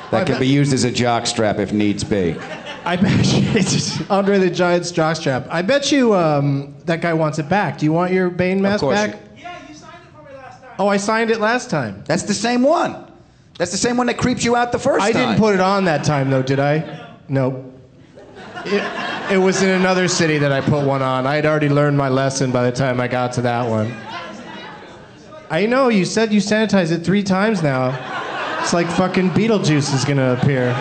I
That can
bet-
be used as a jock strap if needs be.
I bet you, it's just Andre the Giant's jockstrap. I bet you um, that guy wants it back. Do you want your Bane mask
course
back?
you-
Oh, I signed it last time.
That's the same one. That's the same one that creeps you out the first
I
time.
didn't put it on that time though, did I? Nope. It, it was in another city that I put one on. I had already learned my lesson by the time I got to that one. I know you said you sanitized it three times now. It's like fucking Beetlejuice is gonna appear.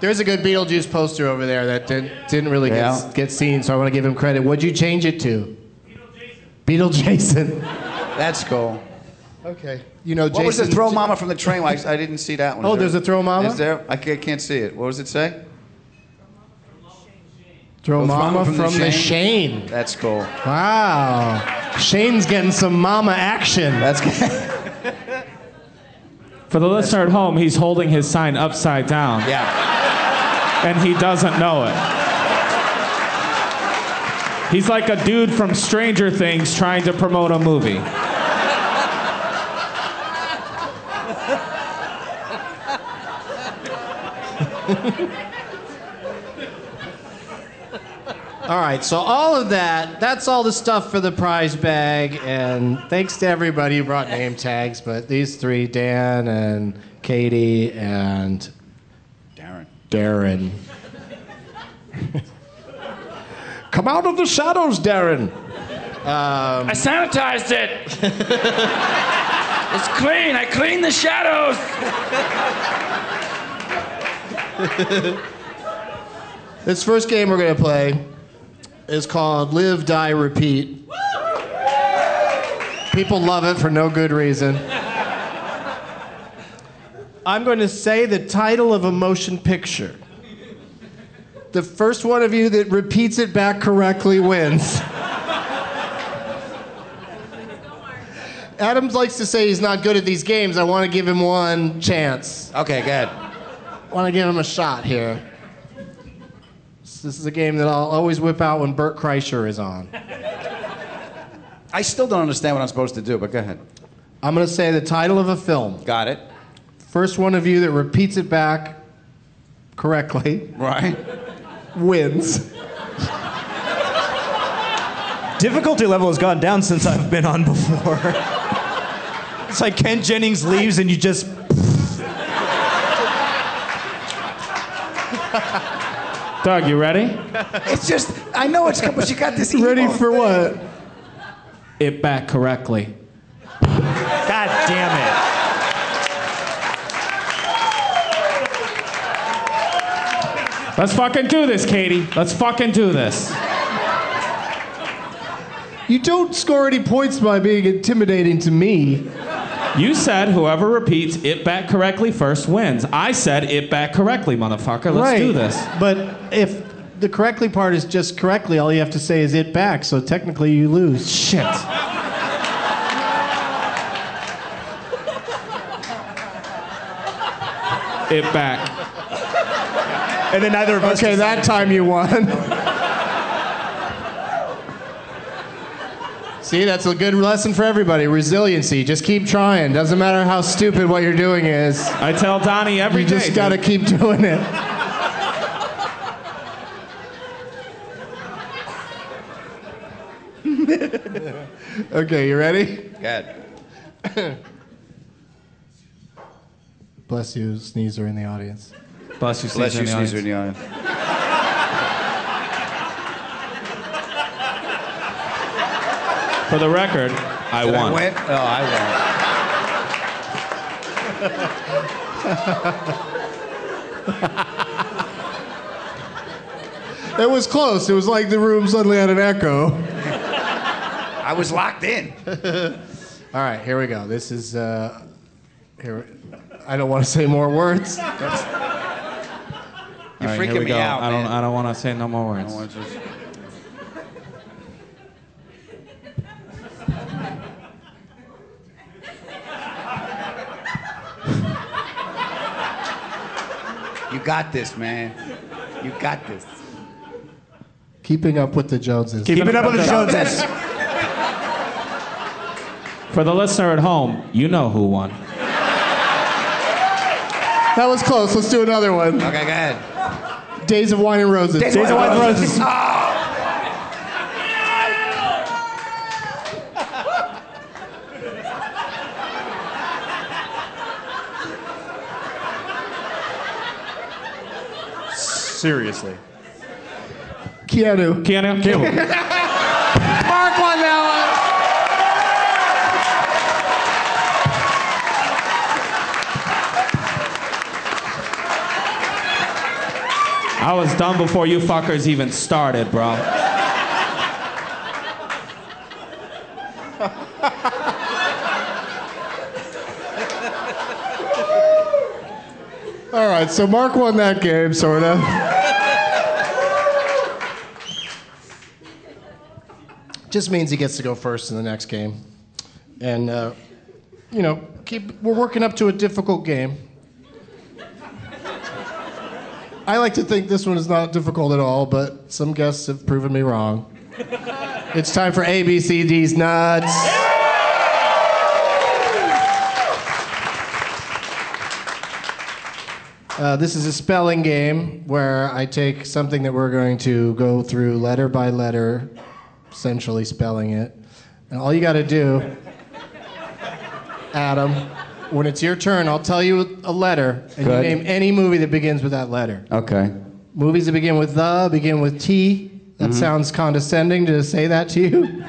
There's a good Beetlejuice poster over there that didn't didn't really
Yeah.
get, get seen, so I want to give him credit. What'd you change it to? Beetlejason.
That's cool.
Okay. You know,
What was the
Jason-
throw mama from the train? I, I didn't see that one.
Oh,
Is there-
there's a throw mama?
Is there? I ca- can't see it. What does it say?
Throw
Throw
mama, from, the Shane.
That's cool.
Wow. Shane's getting some mama action.
That's
For the listener at home, he's holding his sign upside down.
Yeah.
And he doesn't know it. He's like a dude from Stranger Things trying to promote a movie.
All right, so all of that, that's all the stuff for the prize bag. And thanks to everybody who brought name tags, but these three, Dan and Katie and
Darren.
Darren. Come out of the shadows, Darren.
I sanitized it! it's clean, I cleaned the shadows!
This first game we're going to play is called Live, Die, Repeat. People love it for no good reason. I'm going to say the title of a motion picture. The first one of you that repeats it back correctly wins. Adams likes to say he's not good at these games. I want to give him one chance.
Okay, good.
I want to give him a shot here. This is a game that I'll always whip out when Bert Kreischer is on.
I still don't understand what I'm supposed to do, but go ahead.
I'm going to say the title of a film.
Got it.
First one of you that repeats it back correctly
Right.
wins.
Difficulty level has gone down since I've been on before. it's like Ken Jennings leaves and you just.
Doug, you ready?
It's just I know it's good, but you got this.
Ready
evil
for
thing.
what?
It back correctly.
God damn it.
Let's fucking do this, Katie. Let's fucking do this.
You don't score any points by being intimidating to me.
You said whoever repeats it back correctly first wins. I said it back correctly, motherfucker. Let's
right.
do this.
But if the correctly part is just correctly, all you have to say is it back, so technically you lose.
Shit. it back.
And then neither of us.
Okay, that time you won. See, that's a good lesson for everybody. Resiliency. Just keep trying. Doesn't matter how stupid what you're doing is.
I tell Donnie every
you
day,
just
dude.
gotta keep doing it. okay, you ready?
Good.
Bless you, sneezer in the audience.
Bless you,
Bless
sneezer
you,
in the
sneezer in
audience.
the audience.
For the record, I
Did
won.
I win? Oh, I won.
It was close. It was like the room suddenly had an echo.
I was locked in.
All right, here we go. This is uh, here. I don't want to say more words.
You're
All right,
freaking
here we
me
go.
out,
I don't.
man.
I don't want to say no more
I
words.
don't want to just- You got this, man. You got this.
Keeping up with the Joneses.
Keep it up with the Joneses.
For the listener at home, you know who won.
That was close. Let's do another one.
Okay, go ahead.
Days of Wine and Roses. Uh,
Days of Wine and Roses.
Ah.
Seriously.
Keanu.
Keanu, Keanu.
Mark won that
I was done before you fuckers even started, bro.
one. All right, so Mark won that game, sort of. Just means he gets to go first in the next game, and uh, you know, keep. We're working up to a difficult game. I like to think this one is not difficult at all, but some guests have proven me wrong. It's time for ABCD's nuts. Uh, this is a spelling game where I take something that we're going to go through letter by letter, essentially spelling it. And all you got to do, Adam, when it's your turn, I'll tell you a letter, and
Good.
you name any movie that begins with that letter.
Okay.
Movies that begin with the begin with T.
Mm-hmm.
That sounds condescending to say that to you.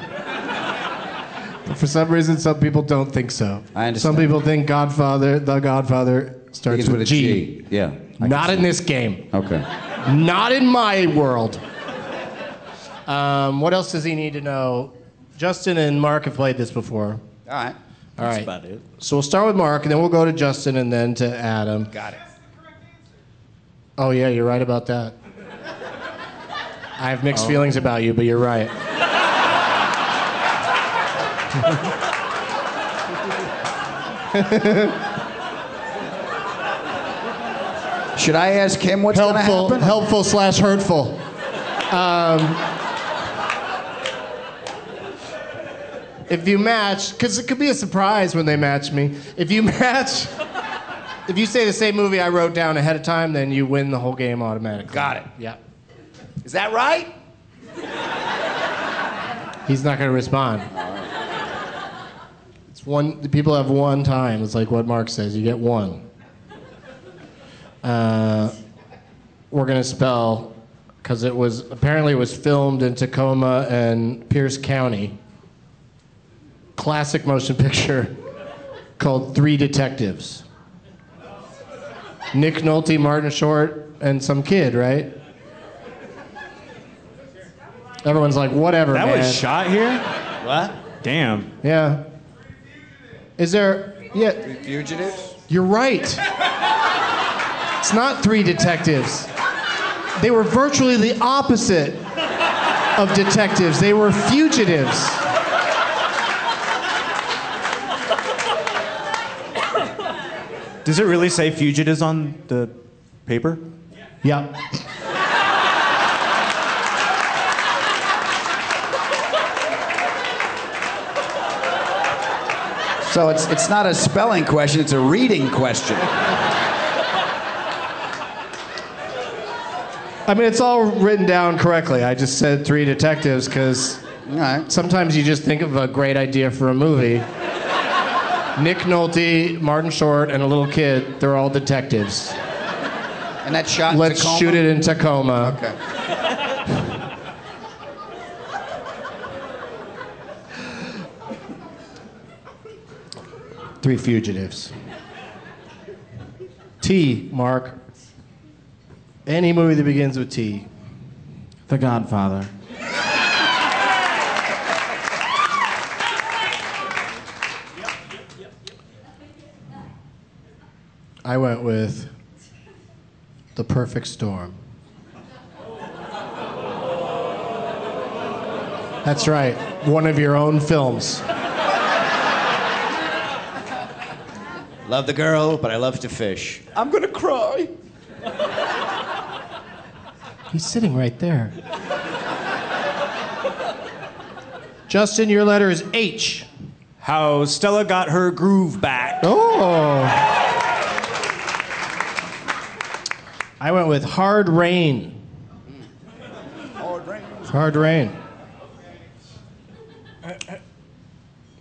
but for some reason, some people don't think so.
I understand.
Some people think Godfather, The Godfather starts
Begins
with,
with a G. Yeah. I
Not
can
in this game.
see. Okay.
Not in my world. Um, what else does he need to know? Justin and Mark have played this before.
All right.
All right.
about it.
So we'll start with Mark, and then we'll go to Justin, and then to Adam.
Got it.
Oh yeah, you're right about that. I have
Oh.
mixed feelings about you, but you're right.
Should I ask him what's going to
helpful,
happen?
helpful slash hurtful. Um, if you match, because it could be a surprise when they match me. If you match, if you say the same movie I wrote down ahead of time, then you win the whole game automatically.
Got it.
Yeah.
Is that right?
He's not going to respond. It's one. The people have one time. It's like what Mark says. You get one. Uh, we're going to spell because it was apparently it was filmed in Tacoma and Pierce County. Classic motion picture called Three Detectives. Nick Nolte, Martin Short, and some kid, right? Everyone's like, whatever,
That
man.
was shot here?
What?
Damn.
Yeah. Is there? Yeah,
Fugitives?
you're right. It's not three detectives. They were virtually the opposite of detectives. They were fugitives.
Does it really say fugitives on the paper?
Yep.
So it's, it's not a spelling question, it's a reading question.
I mean, it's all written down correctly. I just said three detectives because sometimes you just think of a great idea for a movie. Nick Nolte, Martin Short, and a little kid, they're all detectives.
And that shot in
Let's
Uh, Tacoma?
shoot it in Tacoma.
Okay.
Three fugitives. T, Mark. Any movie that begins with T.
The Godfather.
I went with The Perfect Storm. That's right, one of your own films.
Love the girl, but I love to fish.
I'm gonna cry.
He's sitting right there. Justin, your letter is H.
How Stella got her groove back.
Oh. I went with Hard Rain. Hard Rain.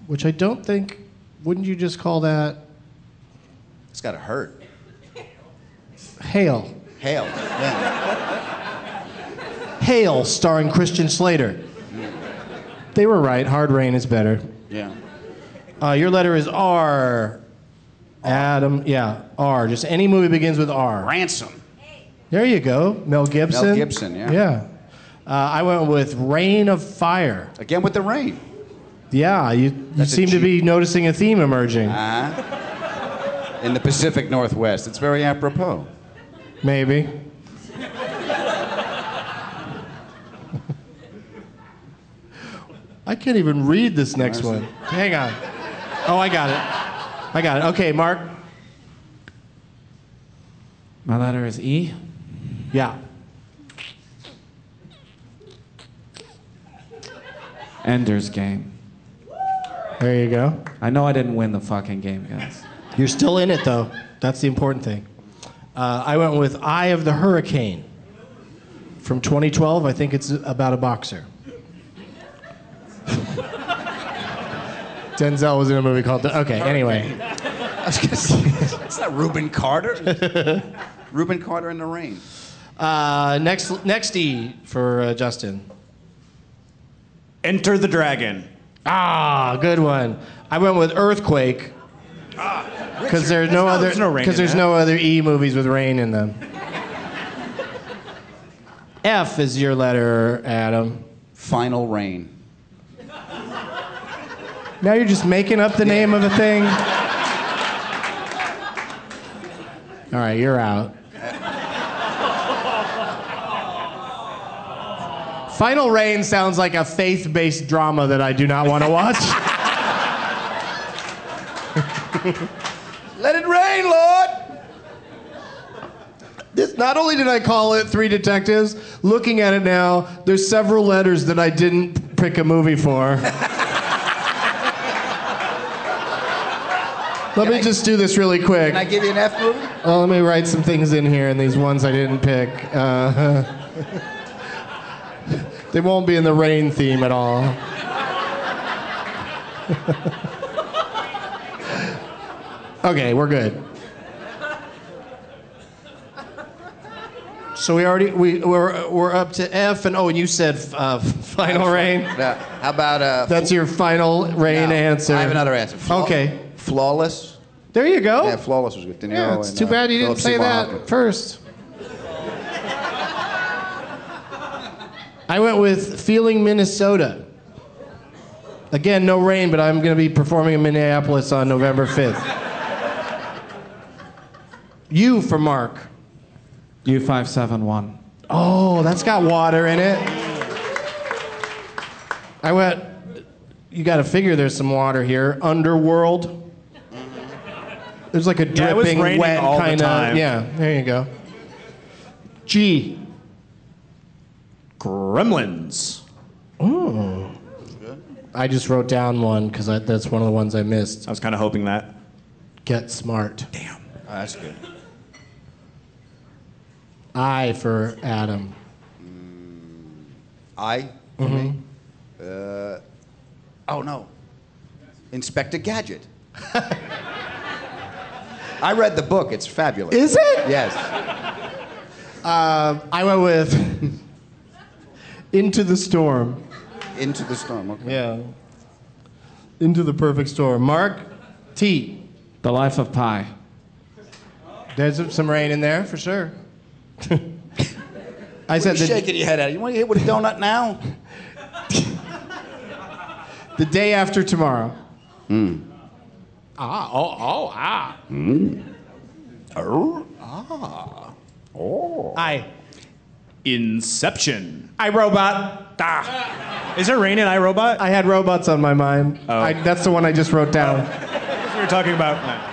Which I don't think, wouldn't you just call that
It's gotta hurt.
Hail?
Hail. Yeah.
Hail, starring Christian Slater. They were right. Hard Rain is better.
Yeah.
Uh, your letter is R. Adam, yeah, R. Just any movie begins with R.
Ransom.
There you go. Mel Gibson.
Gibson, yeah.
Yeah. Uh, I went with Rain of Fire.
Again with the rain.
Yeah, you, you
That's a
seem to be noticing a theme emerging.
Uh-huh. In the Pacific Northwest. It's very apropos.
Maybe. I can't even read this next one. Hang on. Oh, I got it. I got it. Okay, Mark.
My letter is E.
Yeah.
Ender's Game.
There you go.
I know I didn't win the fucking game, guys.
You're still in it, though. That's the important thing. Uh, I went with Eye of the Hurricane from 2012. I think it's about a boxer. Denzel was in a movie called. The, okay, anyway.
It's not Reuben Carter. Reuben Carter in the rain.
Uh, next, next E for uh, Justin.
Enter the Dragon.
Ah, good one. I went with Earthquake
Ah,
because there's no other
there's no rain
because
in
there's
that.
no other E movies with rain in them. F is your letter, Adam.
Final rain.
Now you're just making up the name of a thing. All right, you're out. Final Rain sounds like a faith based drama that I do not want to watch.
Let it rain, Lord!
This, not only did I call it Three Detectives, looking at it now, there's several letters that I didn't pick a movie for. Let me just do this really quick.
Can I give you an F movie?
Well, Oh, let me write some things in here, and these ones I didn't pick. Uh, they won't be in the rain theme at all. okay, we're good. So we already we we're, we're up to F and oh, and you said uh, final rain.
Yeah. How about uh?
That's your final rain
No,
answer.
I have another answer. Flaw-
okay,
Flawless.
there you go.
Yeah, flawless was good. De Niro
Oh. Yeah, it's
and,
too
uh,
bad you didn't
Philip
say
Seymour
that
Hoffman.
first. I went with Feeling Minnesota. Again, no rain, but I'm going to be performing in Minneapolis on November 5th. you for Mark.
U571.
Oh, that's got water in it. I went, you got to figure there's some water here. Underworld. There's like a
Yeah, it was
dripping,
raining
wet
all the
kind of.
time.
Yeah, there you go. G.
Gremlins.
Oh. I just wrote down one because that's one of the ones I missed. I
was kind of hoping that.
Get smart.
Damn. Oh, that's good.
I for Adam.
I. for me.
Mm-hmm.
Uh, oh no. Inspector Gadget. I read the book. It's fabulous.
Is it?
Yes.
Uh, I went with Into the Storm.
Into the Storm. Okay.
Yeah. Into the Perfect Storm. Mark T.
The Life of Pi.
There's some rain in there for sure. I
What are
said
you
the,
shaking your head at? You want to hit with a donut now?
the day after tomorrow.
Mm.
Ah, oh, oh, ah.
Mm. Oh.
Ah.
Oh.
I.
Inception.
I robot.
Is there rain in I Robot?
I had robots on my mind.
Oh.
I, that's the one I just wrote down.
We were talking about.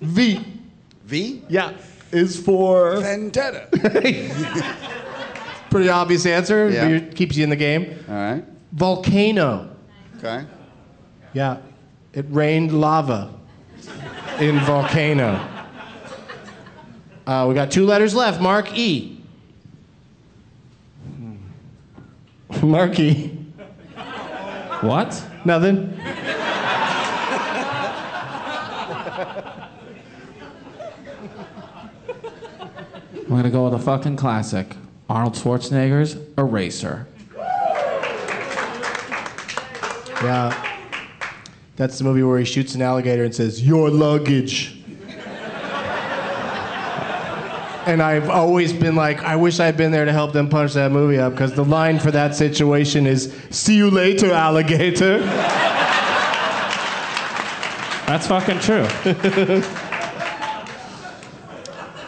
V.
V?
Yeah. Is for.
Vendetta.
Pretty obvious answer.
Yeah.
but it keeps you in the game.
All right.
Volcano.
Okay.
Yeah. It rained lava in volcano. Uh, we got two letters left. Mark E. Mark E.
What?
Nothing.
I'm gonna go with a fucking classic. Arnold Schwarzenegger's Eraser.
Yeah. That's the movie where he shoots an alligator and says, Your luggage. and I've always been like, I wish I'd been there to help them punch that movie up because the line for that situation is, See you later, alligator.
That's fucking true.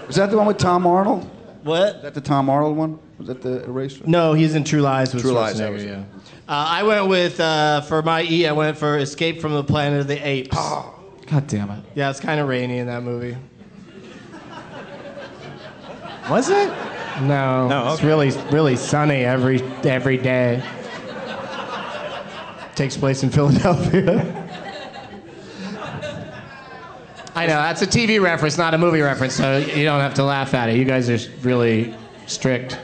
Was that the one with Tom Arnold?
What?
Is that the Tom Arnold one? Was that the Eraser?
No, he's in True Lies with
True Lies, that
Schwarzenegger.
was it.
yeah. Uh, I went with uh, for my E. I went for Escape from the Planet of the Apes.
God damn it.
Yeah, it's kind of rainy in that movie.
Was it?
No,
No,
it's
okay.
really really sunny every every day. Takes place in Philadelphia. I know that's a TV reference, not a movie reference, so you don't have to laugh at it. You guys are really strict.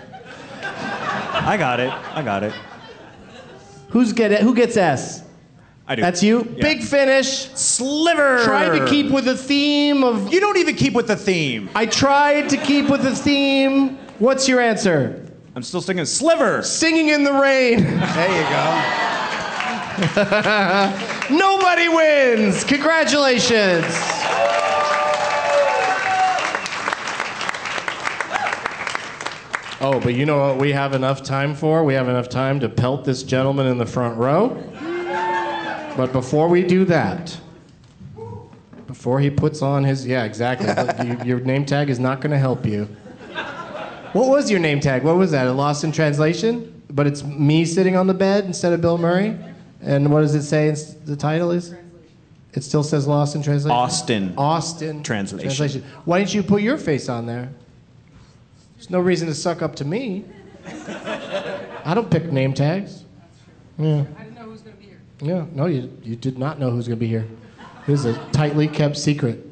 I got it. I got it.
Who's get it? Who gets S?
I do.
That's you.
Yeah.
Big finish.
Sliver.
Tried to keep with the theme of.
You don't even keep with the theme.
I tried to keep with the theme. What's your answer?
I'm still sticking with Sliver.
Singing in the rain.
There you go.
Nobody wins. Congratulations. Oh, but you know what we have enough time for? We have enough time to pelt this gentleman in the front row. But before we do that, before he puts on his. Yeah, exactly. Look, you- your name tag is not going to help you. What was your name tag? What was that? A lost in translation? But it's me sitting on the bed instead of Bill Murray? And what does it say ins- the title is? It still says lost in translation?
Austin.
Austin.
Translation.
Why didn't you put your face on there? There's no reason to suck up to me. I don't pick name tags. Yeah. I didn't know who was going to be here. Yeah, no, you, you did not know who was going to be here. This is a tightly kept secret.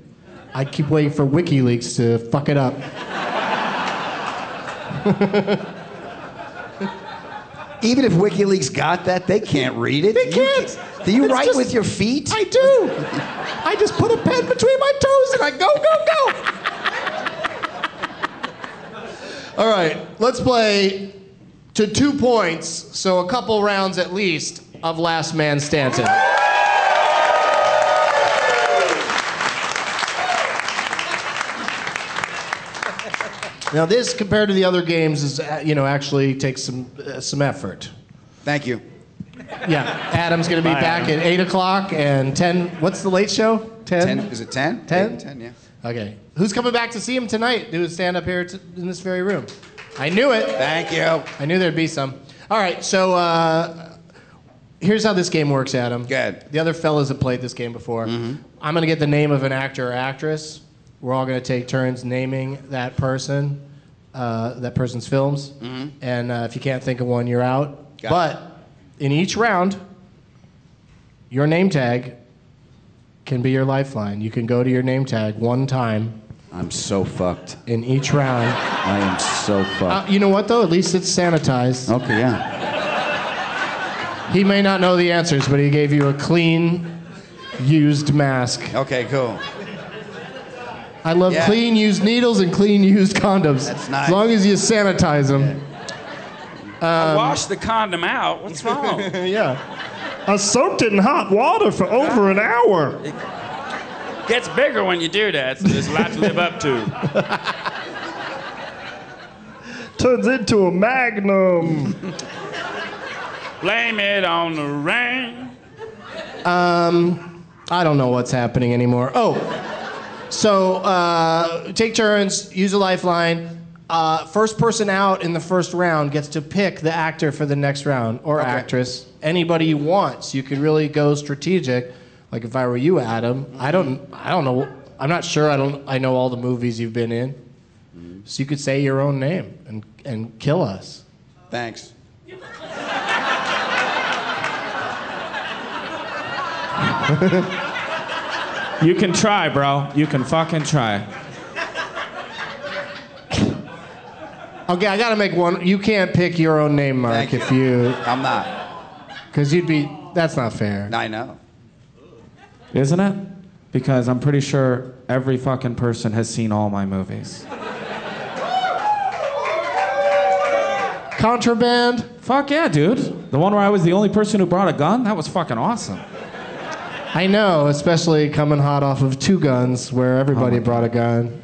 I keep waiting for WikiLeaks to fuck it up.
Even if WikiLeaks got that, they can't read it. They
can't.
Do you
It's
write
just-
with your feet?
I do. I just put a pen between my toes and I go, go, go. All right, let's play to two points, so a couple rounds at least of Last Man Stanton. Now, this compared to the other games is, uh, you know, actually takes some uh, some effort.
Thank you.
Yeah, Adam's going to be
Bye,
back
Adam.
at 8 o'clock and 10. What's the late show? 10?
Ten? Is it ten?
Ten?
Eight, Ten. Yeah.
Okay. Who's coming back to see him tonight? Do his stand up here t- in this very room. I knew it.
Thank you.
I knew there'd be some. All right, so uh, here's how this game works, Adam.
Good.
The other fellas have played this game before.
Mm-hmm.
I'm going to get the name of an actor or actress. We're all going to take turns naming that person. uh, that person's films.
Mhm.
And uh, if you can't think of one, you're out.
Got it.
but in each round, your name tag can be your lifeline. You can go to your name tag one time.
I'm so fucked.
In each round.
I am so
Uh,
fucked.
you know what, though? At least it's sanitized.
okay, yeah.
He may not know the answers, but he gave you a clean, used mask.
Okay, cool.
I love
Yeah.
clean used needles and clean used condoms.
That's nice.
As long as you sanitize them. Um,
Wash the condom out. What's wrong?
yeah. I soaked it in hot water for over an hour.
Gets bigger when you do that, so there's a lot to live up to.
Turns into a magnum.
Blame it on the rain.
Um, I don't know what's happening anymore. Oh, so uh, take turns, use a lifeline. Uh, first person out in the first round gets to pick the actor for the next round or actress. Anybody you want. So you can really go strategic. Like if I were you, Adam, I don't, I don't know. I'm not sure. I don't. I know all the movies you've been in. So you could say your own name and and kill us.
Thanks.
You can try, bro. You can fucking try.
Okay, I gotta make one. You can't pick your own name, Mark.
Thank
if you,
I'm not.
because you'd be. That's not fair.
I know.
Isn't it? Because I'm pretty sure every fucking person has seen all my movies.
Contraband?
Fuck yeah, dude. The one where I was the only person who brought a gun? That was fucking awesome.
I know, especially coming hot off of Two Guns, where
Oh
everybody brought a gun.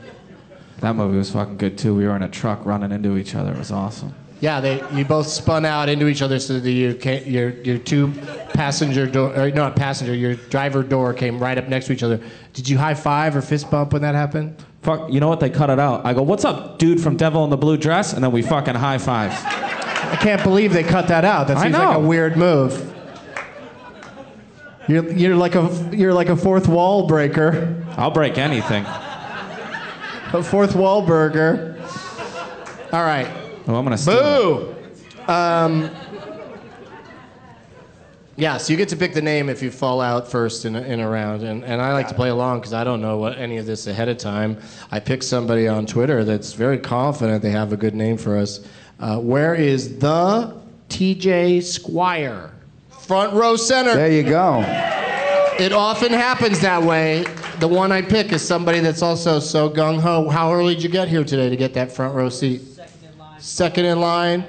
That movie was fucking good too. We were in a truck running into each other. It was awesome.
Yeah, they you both spun out into each other, so that you ca your your two passenger door, or not passenger, your driver door came right up next to each other. Did you high five or fist bump when that happened?
Fuck, you know what? They cut it out. I go, what's up, dude from Devil in the Blue Dress? And then we fucking high five.
I can't believe they cut that out. That
I
seems like a
know.
weird move. You're, you're like a you're like a fourth wall breaker,
I'll break anything. Oh,
a fourth wall burger. All right.
Oh, I'm gonna
Boo. Um, yeah, so you get to pick the name if you fall out first in a, in a round, and, and I like to play along because I don't know what any of this ahead of time. I pick somebody on Twitter that's very confident they have a good name for us. Uh, where is the TJ Squire? Front row center.
There you go.
It often happens that way. The one I pick is somebody that's also so gung ho. How early did you get here today to get that front row seat? Second in line. Second in line.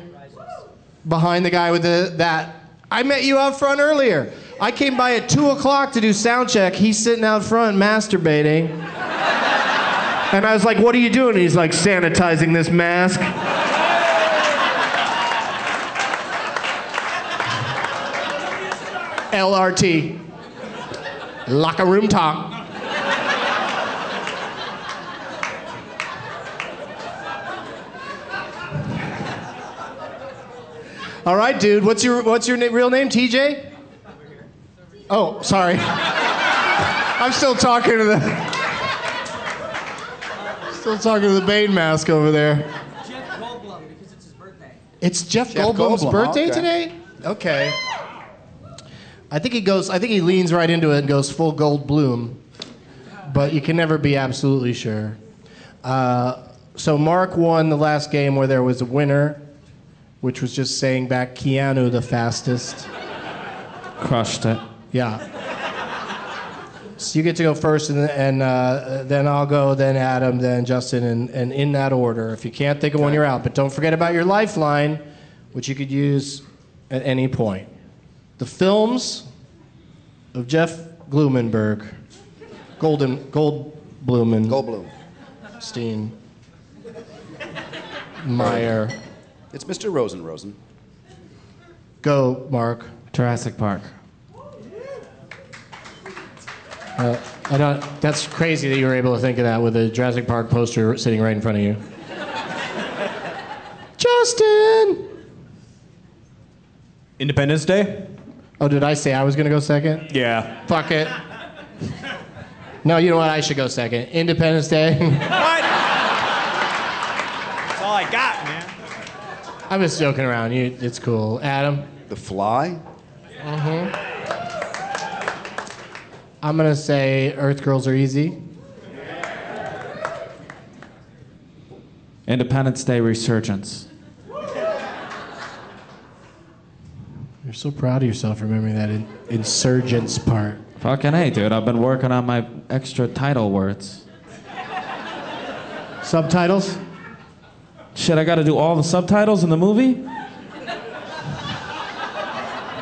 Behind the guy with the that. I met you out front earlier. I came by at two o'clock to do sound check. He's sitting out front masturbating. And I was like, what are you doing? He's like, sanitizing this mask. LRT. Locker room talk. All right, dude. What's your what's your na- real name? TJ. Oh, sorry. I'm still talking to the still talking to the Bane mask over there. It's Jeff
Jeff
Goldblum's
Goldblum,
birthday
okay.
today. Okay. I think he goes. I think he leans right into it and goes full gold bloom, but you can never be absolutely sure. Uh, so Mark won the last game where there was a winner, which was just saying back Keanu the fastest.
Crushed it.
Yeah. So you get to go first, and, and uh, then I'll go, then Adam, then Justin, and, and in that order. If you can't think of one, you're out. But don't forget about your lifeline, which you could use at any point. The films of Jeff Glumenberg, Golden Goldblumen,
Goldblum,
Steen, Meyer.
It's Mr. Rosen Rosen.
Go, Mark.
Jurassic Park.
Uh, I don't, that's crazy that you were able to think of that with a Jurassic Park poster sitting right in front of you. Justin!
Independence Day?
Oh, did I say I was going to go second?
Yeah.
Fuck it. No, you know what? I should go second. Independence Day.
That's all I I got, man.
I'm just joking around. You, it's cool. Adam?
The Fly?
Mm-hmm. I'm going to say Earth Girls Are Easy.
Independence Day resurgence.
You're so proud of yourself for remembering that in- insurgents part.
Fucking hey, dude. I've been working on my extra title words.
Subtitles?
Shit, I gotta do all the subtitles in the movie?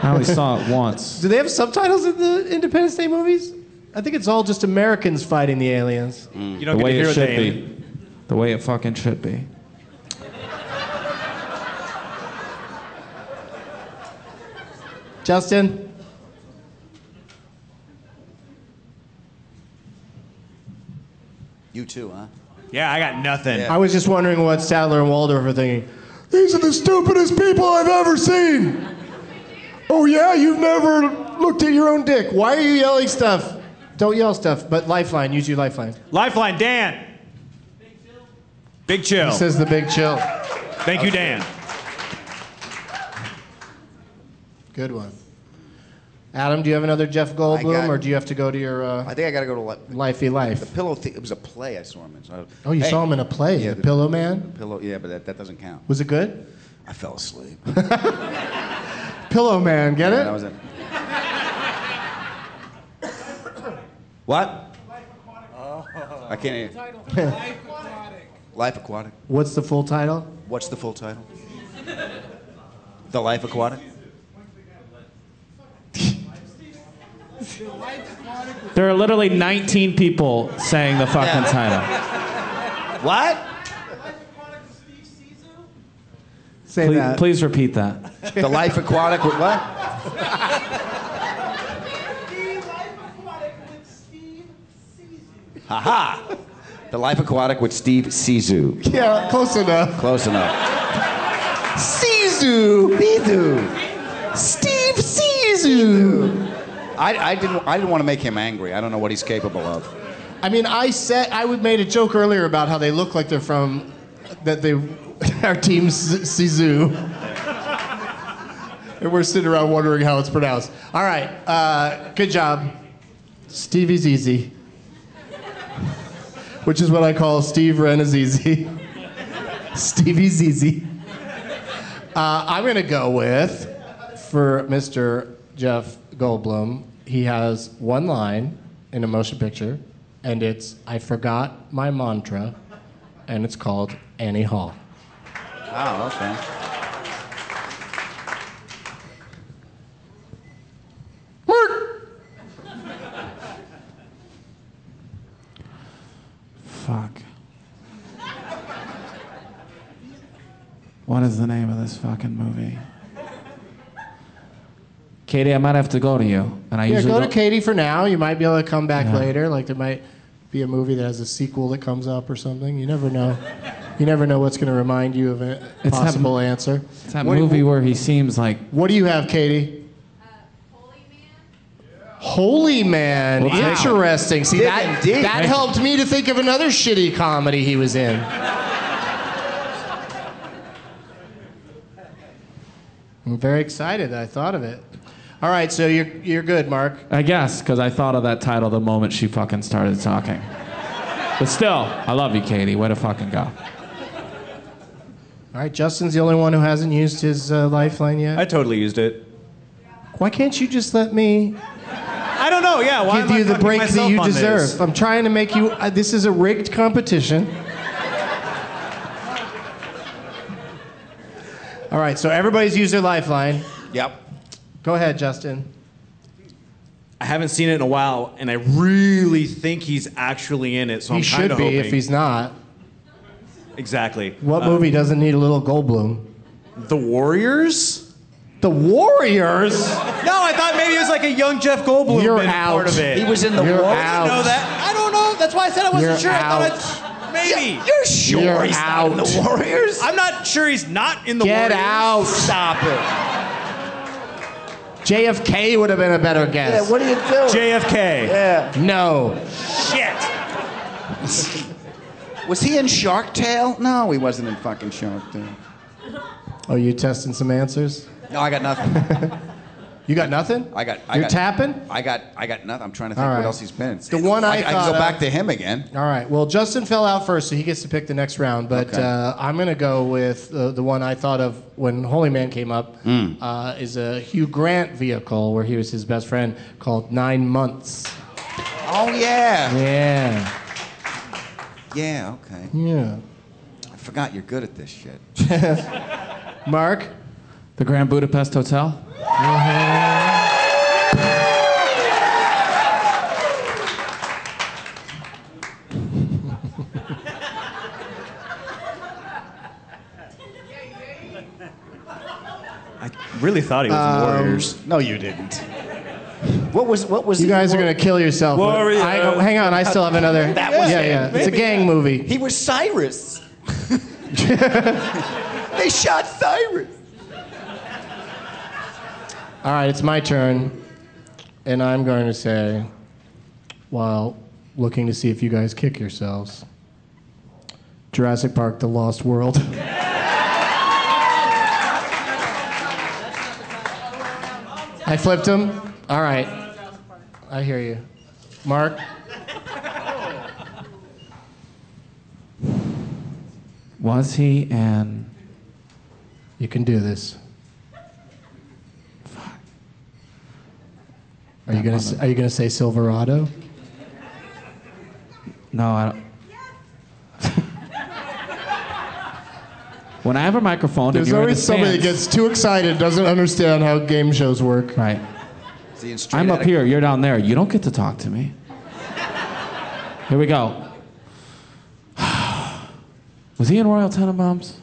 I only saw it once.
Do they have subtitles in the Independence Day movies? I think it's all just Americans fighting the aliens.
You don't
Mm. the
get
way
to hear
it
what
should
they
be. The way it fucking should be.
Justin?
You too, huh?
Yeah, I got nothing.
I was just wondering what Sadler and Waldorf are thinking.
These are the stupidest people I've ever seen.
Oh, yeah, you've never looked at your own dick. Why are you yelling stuff? Don't yell stuff, but Lifeline, use your Lifeline.
Lifeline, Dan. Big chill.
He says the big chill.
Thank you, Dan.
Good one. Adam, do you have another Jeff Goldblum,
got-
or do you have to go to your uh,
I think I got to go to like
Lifey Life?
the Pillow. Th- it was a play I saw him in. So I-
Oh, you
Hey.
saw him in a play,
Yeah,
The Pillow Man?
Pillow. Yeah, but that, that doesn't count.
Was it good?
I fell asleep.
Pillow Man, get
Yeah,
it?
that was it. what? I can't hear. you. Life Aquatic.
What's the full title?
What's the full title? The Life Aquatic.
There are literally 19 people saying the fucking title.
What?
Say
please,
that.
Please repeat that.
The Life Aquatic with what? Haha. The Life Aquatic with Steve Sisu.
Yeah, close enough.
Close enough.
Sisu!
Sisu!
Steve Sisu!
I, I didn't I didn't want to make him angry. I don't know what he's capable of.
I mean, I said I would made a joke earlier about how they look like they're from that they our team's Sisu, and we're sitting around wondering how it's pronounced. All right, uh, good job, Stevie's easy, which is what I call Steve Ren is easy. Stevie's easy. Uh, I'm gonna go with for Mr. Jeff Goldblum. He has one line in a motion picture, and it's "I forgot my mantra," and it's called Annie Hall.
Oh, okay.
Fuck. What is the name of this fucking movie? Katie, I might have to go to you. And I
yeah,
usually
go to
don't-
Katie for now. You might be able to come back
Yeah.
later. Like there might be a movie that has a sequel that comes up or something. You never know. You never know what's going to remind you of a
It's that-
possible answer.
It's that movie where he seems like
What do you have, Katie? Holy Man.
Well, take-
Interesting. See,
Dig
that,
and dig.
that helped me to think of another shitty comedy he was in. I'm very excited that I thought of it. All right, so you're, you're good, Mark.
I guess, because I thought of that title the moment she fucking started talking. But still, I love you, Katie. Way to fucking go.
All right, Justin's the only one who hasn't used his uh, lifeline yet.
I totally used it.
Why can't you just let me
I don't know. Yeah, why
give
am I
you the
fucking
break that
myself
you
on this?
deserve. I'm trying to make you. Uh, this is a rigged competition. All right, so everybody's used their lifeline.
Yep.
Go ahead, Justin.
I haven't seen it in a while, Oh, and I really think he's actually in it. So
he
I'm
should
kinda
be
hoping.
if he's not.
exactly.
What
Uh,
movie doesn't need a little Goldblum?
The Warriors.
The Warriors.
No, I thought maybe it was like a young Jeff Goldblum
You're
been
out.
part of it.
He was in the You're
war.
Warriors?
I didn't know
out.
Oh, that. I don't know. That's why I said I wasn't
You're
sure. I
out.
thought it's maybe.
You're sure
You're
he's not in
out.
the Warriors?
I'm not sure he's not in the
Get
Warriors.
out.
Stop it.
JFK would have been a better guess.
are you doing?
JFK.
Yeah.
no.
Shit.
Was he in Shark Tale? No, he wasn't in fucking Shark Tale.
Are Oh, you testing some answers?
No, I got nothing.
you got nothing?
I got. I
You're
got,
tapping?
I got. I got nothing. I'm trying to think
All right.
what else he's been.
The one I
I can go
thought
back
of-
to him again.
All right. Well, Justin fell out first, so he gets to pick the next round. But
Okay.
uh, I'm going to go with uh, the one I thought of when Holy Man came up.
Mm.
Uh, is a Hugh Grant vehicle where he was his best friend called Nine Months.
Oh yeah.
Yeah.
Yeah. Okay.
Yeah.
I forgot you're good at this shit.
Mark?
The Grand Budapest Hotel?
I really thought he was in
Um,
Warriors.
No, you didn't. What was? What was?
You guys are going to kill yourself.
What were you-
I- oh, hang on. I still have another.
That was
yeah,
it,
yeah. It's a
maybe.
gang movie.
He was Cyrus. they shot Cyrus.
All right, it's my turn. And I'm going to say, while looking to see if you guys kick yourselves, Jurassic Park The Lost World. I flipped him? All right. I hear you. Mark?
Was he in.
You can do this. Are you going to are you going to say Silverado?
No, I don't. when I have a microphone,
There's
if you're in
always
the
somebody that
stands-
gets too excited, doesn't understand how game shows work.
Right. I'm up here, you're down there. You don't get to talk to me. here we go. Was he in Royal Tenenbaums?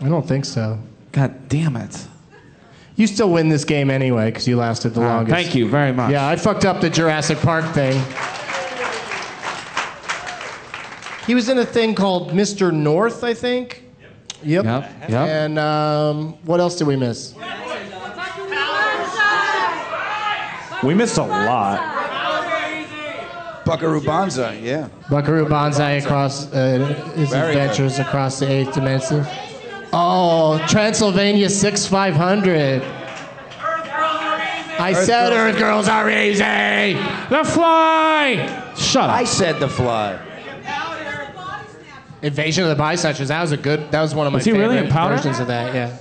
I don't think so.
God damn it.
You still win this game anyway because you lasted the
Ah,
longest.
Uh, thank you very much.
Yeah, I fucked up the Jurassic Park thing. He was in a thing called Mr. North, I think. Yep.
Yep. Yep.
And um, what else did we miss?
We missed a lot.
Buckaroo Banzai. Yeah.
Buckaroo Banzai across uh, his
Very good.
adventures across the eighth dimension. Oh, Transylvania 6500. I said Earth Girls Are Easy! The Fly! Shut up.
I said the fly.
Invasion of the Bisexuals. That was a good. That was one of my
Was he
favorite
really in Powder?
versions of that. Yeah.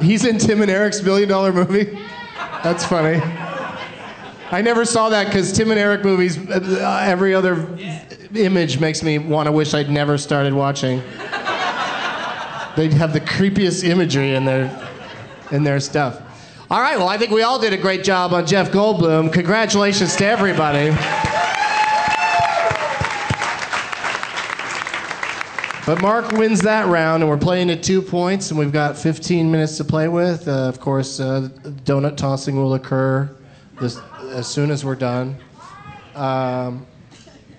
He's in Tim and Eric's billion dollar movie. That's funny. I never saw that because Tim and Eric movies, uh, every other image makes me want to wish I'd never started watching. They'd have the creepiest imagery in their, in their stuff. All right, well, I think we all did a great job on Jeff Goldblum. Congratulations to everybody. But Mark wins that round, and we're playing at two points, and we've got 15 minutes to play with. Uh, of course, uh, donut tossing will occur this, as soon as we're done. Um,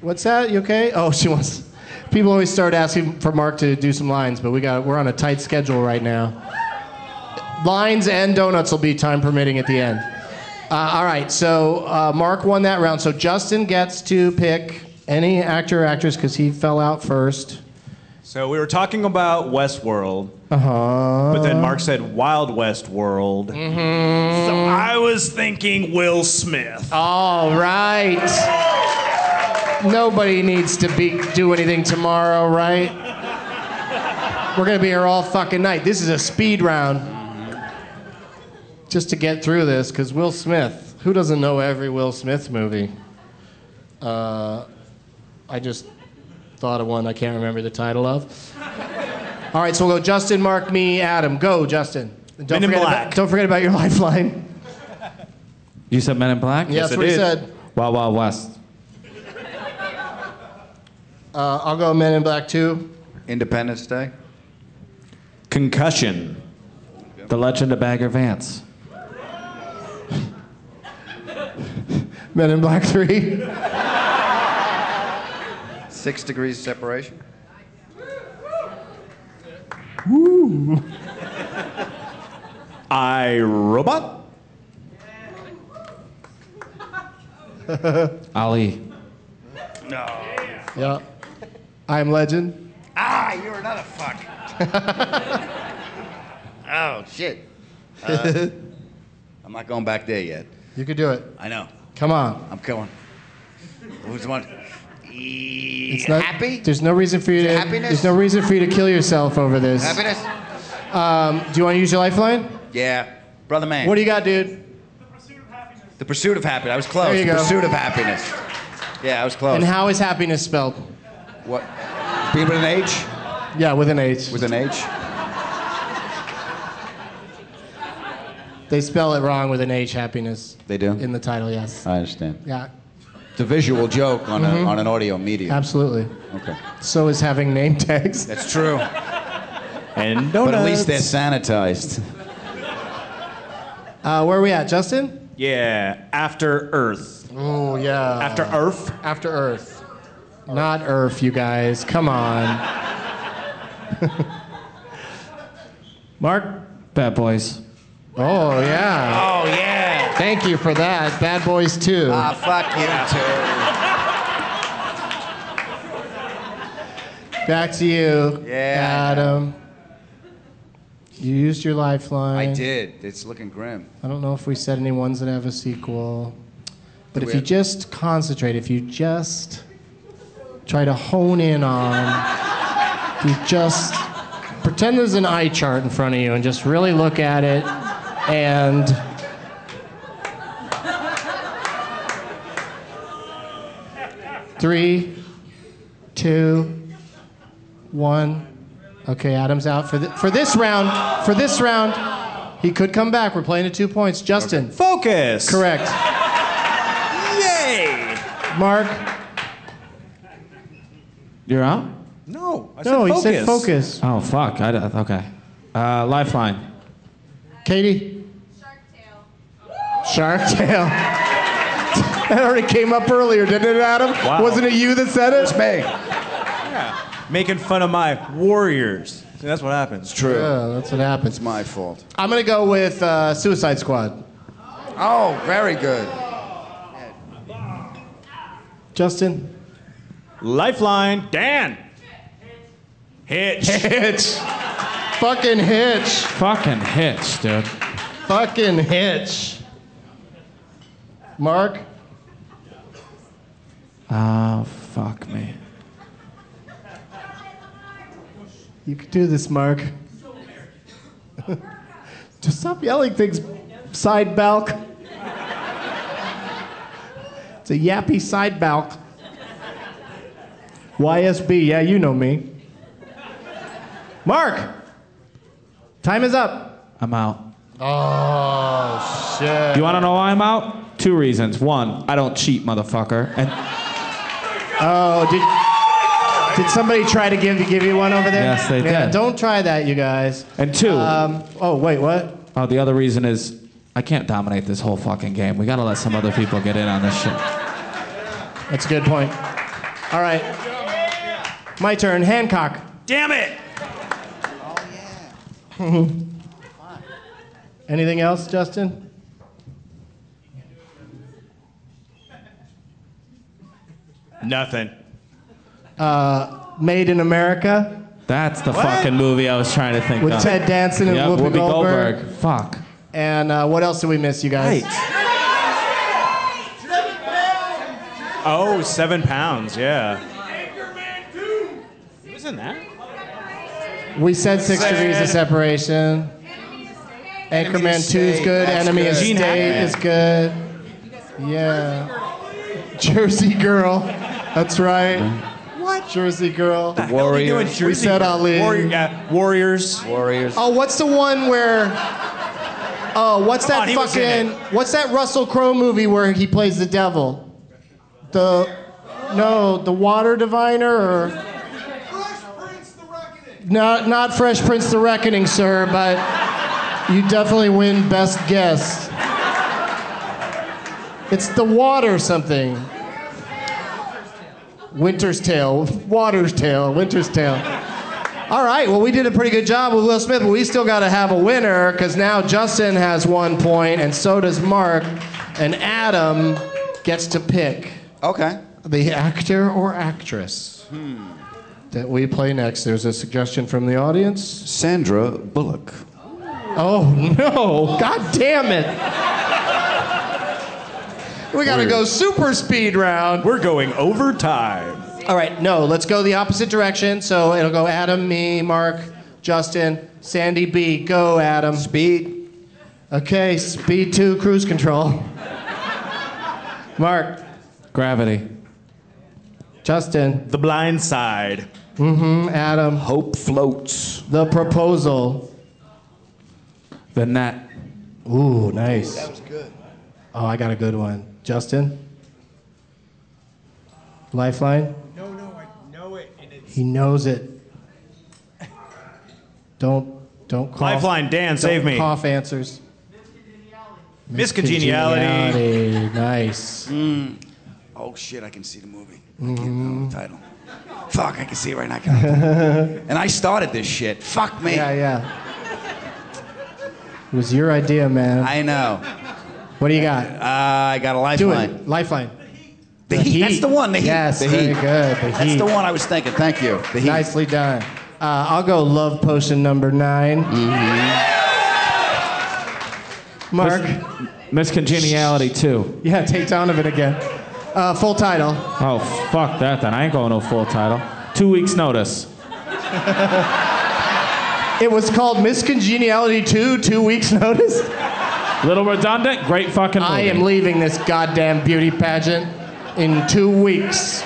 what's that? You okay? Oh, she wants. People always start asking for Mark to do some lines, but we got we're on a tight schedule right now. Lines and donuts will be time permitting at the end. Uh, all right, so uh, Mark won that round. So Justin gets to pick any actor or actress because he fell out first.
So we were talking about Westworld,
Uh huh.
but then Mark said Wild West World.
Mm-hmm.
So I was thinking Will Smith.
All right. Nobody needs to be do anything tomorrow, right? We're gonna be here all fucking night. This is a speed round. Just to get through this, because Will Smith. Who doesn't know every Will Smith movie? Uh, I just thought of one I can't remember the title of. All right, so we'll go Justin, Mark, me, Adam. Go, Justin. And Don't
Men in
forget
Black.
About, don't forget about your lifeline.
You said Men in Black?
Yeah, that's what he said.
Wow, wow, West.
Uh, I'll go Men in Black 2.
Independence Day.
Concussion.
The Legend of Bagger Vance.
Men in Black 3.
Six degrees separation.
Woo.
I Robot.
Ali.
No.
Yeah. I am legend.
Ah, you're another fuck. oh shit. Uh, I'm not going back there yet.
You could do it.
I know.
Come on.
I'm going. Who's one? E- It's
not-
happy.
There's no reason for you to.
Happiness?
There's no reason for you to kill yourself over this.
Happiness.
Um, do you want to use your lifeline?
Yeah, brother man.
What do you got, dude?
The pursuit of happiness. I was close.
There you
the
go.
pursuit of happiness. Yeah, I was close.
And how is happiness spelled?
What? Be with an H.
Yeah, with an H.
With an H.
They spell it wrong with an H. Happiness.
They do.
In the title, yes.
I understand.
Yeah,
It's a visual joke on
Mhm.
a, on an audio medium.
absolutely.
Okay.
So is having name tags.
That's true.
And
But at
donuts.
least they're sanitized.
Uh, where are we at, Justin?
Yeah, after Earth.
Oh yeah.
After
Ah.
Earth.
After Earth. Not Earth, you guys. Come on. Mark.
Bad boys.
Oh yeah.
Oh yeah.
Thank you for that. Bad Boys too.
Ah, fuck you
Back to you,
Yeah.
Adam. You used your
too. I
lifeline.
did. It's looking grim.
I don't know if we said any ones that have a sequel. But
Do
if
we-
you just concentrate, if you just try to hone in on, if you just pretend there's an eye chart in front of you and just really look at it and. Three, two, one. Okay, Adam's out for, th- for this round. For this round, he could come back. We're playing to two points. Justin.
Focus.
Correct.
Yay.
Mark.
You're out?
No. I
No, he said focus.
Oh, fuck. I, d- okay. Uh, lifeline.
Katie. Shark Tale. That already came up earlier, didn't it, Adam?
Wow.
Wasn't it you that said it?
Bang.
Making fun of my warriors. See, that's what happens.
True.
Yeah, that's what happens.
It's my fault.
I'm gonna go with uh, Suicide Squad.
Oh, very good.
Justin.
Lifeline. Dan. Hitch.
Hitch. Fucking Hitch.
Fucking hits, dude.
Fucking Hitch. Mark.
Oh, fuck me.
You can do this, Mark. Just stop yelling things, side balk. It's a yappy side balk. YSB, yeah, you know me. Mark, time is up.
I'm out.
Oh, shit.
You want to know why I'm out? Two reasons. One, I don't cheat, motherfucker. And
Oh, did, did somebody try to give, give you one over there?
Yes, they
yeah,
did.
Don't try that, you guys.
and two,
Um, oh, wait, what?
oh, the other reason is I can't dominate this whole fucking game. We got to let some other people get in on this shit.
That's a good point. All right. My turn. Hancock.
Damn it.
Anything else, Justin?
Nothing.
Uh, Made in America
That's the fucking movie I was trying to think
with
of.
Ted Danson and
Yep,
Whoopi, Goldberg.
Fuck.
And uh, what else did we miss, you guys?
Oh, seven pounds. Yeah. Who's in that?
We said Six
Seven.
Degrees of Separation.
Enemy
Anchorman
of
2 is
State,
good.
that's
Enemy of
good.
State
Gene Hackman.
is good. Yeah. Jersey Girl. That's right. What? Jersey Girl.
Doing
Warriors.
Jersey
We said Ali.
Warrior, yeah, Warriors.
Warriors.
Oh, what's the one where? Oh, what's
Come
that
on, he was in
fucking? What's that Russell Crowe movie where he plays the devil? The no, the Water Diviner or not not Fresh Prince the Reckoning, sir, but you definitely win best guess. It's the water something. Winter's Tale, Water's Tale, Winter's Tale. All right. Well, we did a pretty good job with Will Smith, but we still got to have a winner because now Justin has one point, and so does Mark, and Adam gets to pick.
Okay.
the actor or actress that we play next. There's a suggestion from the audience.
Sandra Bullock.
Oh no! God damn it! We gotta go super speed round.
We're going overtime.
All right, no, let's go the opposite direction. So it'll go Adam, me, Mark, Justin, Sandy B. Go, Adam. Speed. Okay, speed two, cruise control. Mark.
Gravity.
Justin.
The blind side.
Mm-hmm. Adam.
Hope floats.
The proposal.
The net.
Ooh, nice.
That was good.
Oh, I got a good one. Justin? Lifeline?
No, no, I know it, and it's
He knows it. Don't don't cough.
Lifeline, Dan,
Don't
save me.
Cough answers.
Miss Congeniality.
Congeniality. Nice.
Oh shit! I can see the movie.
Mhm.
Title. Fuck! I can see it right now. Can I? and I started this shit. Fuck me.
Yeah, yeah. It was your idea, man.
I know.
What do you got?
Uh, I got a lifeline.
Do it. Lifeline.
The, heat. That's the one. The heat.
Yes,
the
very
heat.
good. The
That's
heat.
the one I was thinking. Thank you. The heat.
Nicely done. Uh, I'll go love potion number 9
Mm-hmm.
Mark.
Miss Congeniality too.
Yeah, take Donovan again. Uh, full title.
Oh fuck that then. I ain't going no full title. Two weeks notice.
It was called Miss Congeniality 2, two weeks notice.
Little redundant. Great fucking. Movie.
I am leaving this goddamn beauty pageant in two weeks.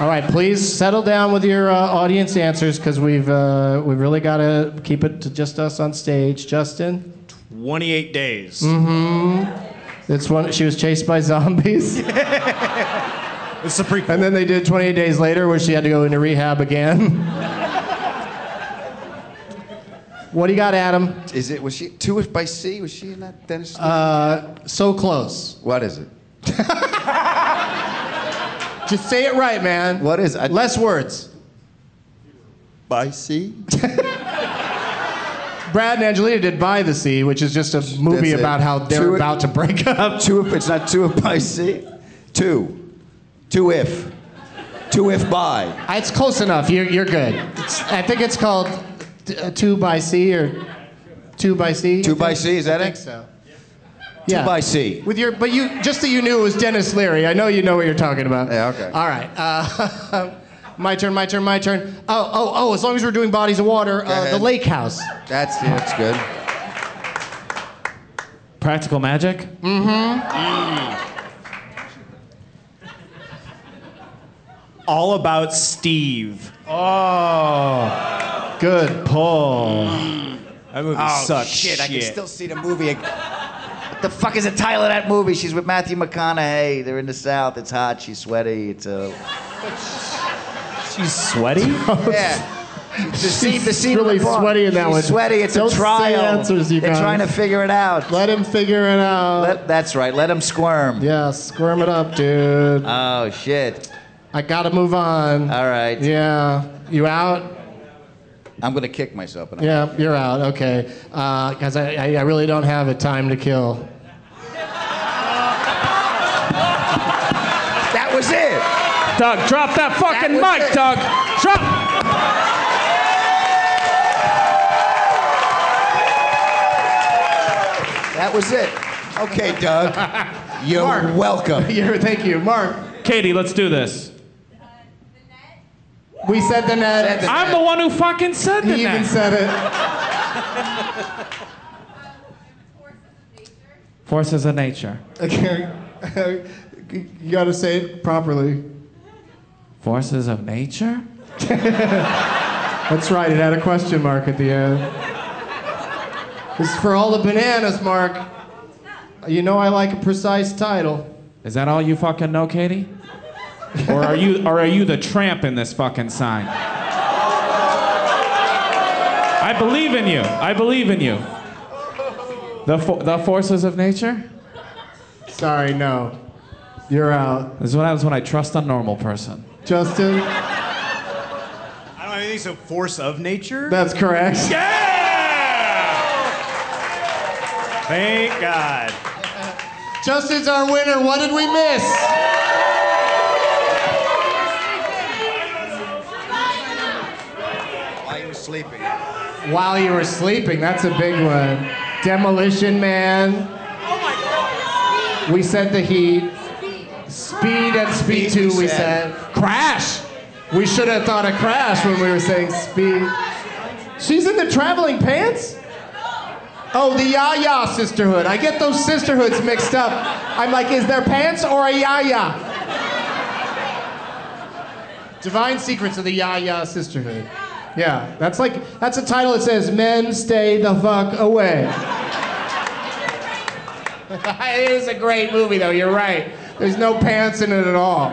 All right, please settle down with your uh, audience answers because we've uh, we really got to keep it to just us on stage. Justin,
28 days.
mm-hmm. It's one. She was chased by zombies.
It's the prequel.
And then they did 28 days later, where she had to go into rehab again. what do you got, Adam?
Is it? Was she two by C? Was she in that dentist?
Uh, so close.
what is it?
Just say it right, man.
What is? it?
Less words.
by C.
Brad and Angelina did By the Sea, which is just a movie
That's it.
about how they're
Two-
about to break up.
Two. If it's not two if by C. Two. Two if. Two if by.
It's close enough. You're, you're good. It's, I think it's called t- uh, Two by Sea or Two by Sea.
Two by C. Is that
I
it?
think so.
Two
Yeah.
by C.
With your, but you just that you knew it was Dennis Leary. I know you know what you're talking about.
Yeah. Okay.
All right. Uh, my turn. My turn. My turn. Oh, oh, oh! As long as we're doing bodies of water,
Go
uh, the
ahead.
lake house.
That's it. That's good.
Practical magic.
All about Steve.
Oh, good pull.
That movie
Oh
sucks.
shit, I can still see the movie. ag- What the fuck is the title of that movie? She's with Matthew McConaughey. They're in the South. It's hot. She's sweaty. It's a
She's sweaty.
yeah. The scene, the
She's
scene
really
in the Bronx.
sweaty in that
She's
one.
Sweaty. It's
Don't
a
say
trial.
answers, you
They're
guys.
trying to figure it out.
Let him figure it out.
Let- that's right. Let him squirm.
yeah, squirm it up, dude.
Oh shit.
I gotta move on.
All right.
Yeah, you out?
I'm gonna kick myself. And
Yeah, you're out. Okay, because I, I, I really don't have a time to kill.
That was it.
Doug, drop that fucking
That was
mic,
it.
Doug. Drop.
That was it. Okay, Doug. You're
Mark.
welcome.
You're, thank you, Mark.
Katie, let's do this.
We said the net.
Said the-
I'm the one who fucking said the
he even
net.
said it.
Forces of nature.
Okay, you gotta say it properly.
Forces of nature?
That's right. It had a question mark at the end. This is for all the bananas, Mark. You know I like a precise title.
Is that all you fucking know, Katie? Or are you or are you the tramp in this fucking sign? I believe in you. I believe in you. The fo- the forces of nature?
Sorry, no. You're out.
This is what happens when I trust a normal person.
Justin,
I don't have anything so force of nature.
that's correct.
yeah! Thank God.
Justin's our winner. What did we miss? While you were sleeping, that's a big one. Demolition Man. We said the heat. Speed at speed, two, we said. Crash! We should have thought of crash when we were saying speed. She's in the traveling pants? Oh, the Yaya sisterhood. I get those sisterhoods mixed up. I'm like, is there pants or a Yaya? Divine Secrets of the Yaya Sisterhood. Yeah, that's like, that's a title that says, Men Stay the Fuck Away. it is a great movie, though, you're right. There's no pants in it at all.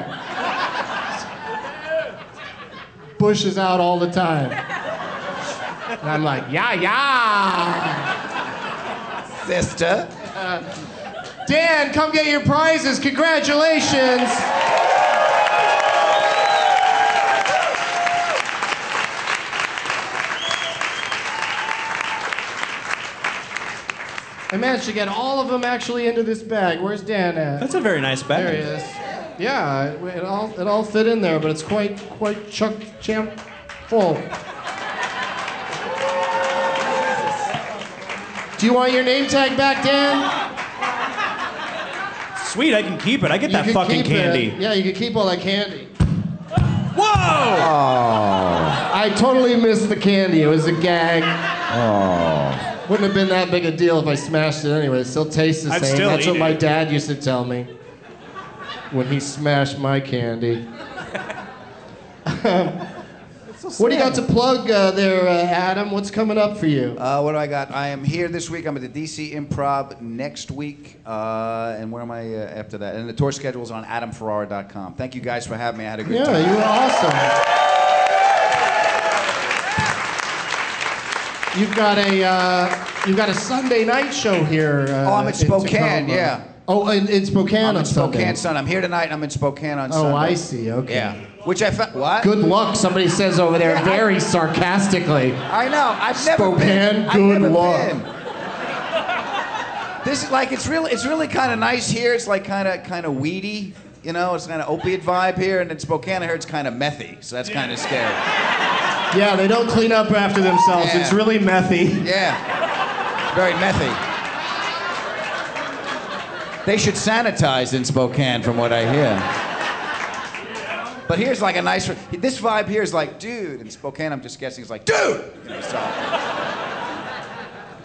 Bush is out all the time. And I'm like, yeah, yeah.
Sister.
Dan, come get your prizes. Congratulations. I managed to get all of them actually into this bag. Where's Dan at?
That's a very nice bag.
There he is. Yeah, it, it all it all fit in there, but it's quite quite chuck champ full. Do you want your name tag back, Dan?
Sweet, I can keep it. I get
You
that
can
fucking
keep it.
candy.
Yeah, you can keep all that candy.
Whoa!
Oh.
I totally missed the candy. It was a gag.
Oh.
Wouldn't have been that big a deal if I smashed it anyway. It still tastes the
I'd
same.
still
That's
eat
what my
it.
dad used to tell me when he smashed my candy. What do you got to plug uh, there, uh, Adam? What's coming up for you?
Uh, what do I got? I am here this week. I'm at the DC Improv next week. Uh, and where am I uh, after that? And the tour schedule is on adamferrara.com. Thank you guys for having me. I had a good
Yeah,
time.
you were awesome. You've got a uh, you've got a Sunday night show here. Uh,
Oh, I'm in
in
Spokane,
Tacoma.
yeah.
Oh, in, in Spokane on
I'm in Spokane
Sunday.
Sunday. I'm here tonight. I'm in Spokane on
Oh,
Sunday.
I see. Okay.
Yeah. Which I found. What?
Good luck, somebody says over there
Yeah, I-
very sarcastically.
I know. I've never
Spokane,
been. I've
good
never
luck.
been. This is like it's really it's really kind of nice here. It's like kind of kind of weedy, you know. It's kind of opiate vibe here, and in Spokane, I heard it's kind of methy, so that's kind of scary.
Yeah, they don't clean up after themselves. It's
Yeah.
really methy.
Yeah, it's very methy. They should sanitize in Spokane, from what I hear. But here's like a nice. This vibe here is like, dude. In Spokane, I'm just guessing it's like, dude. You know, so-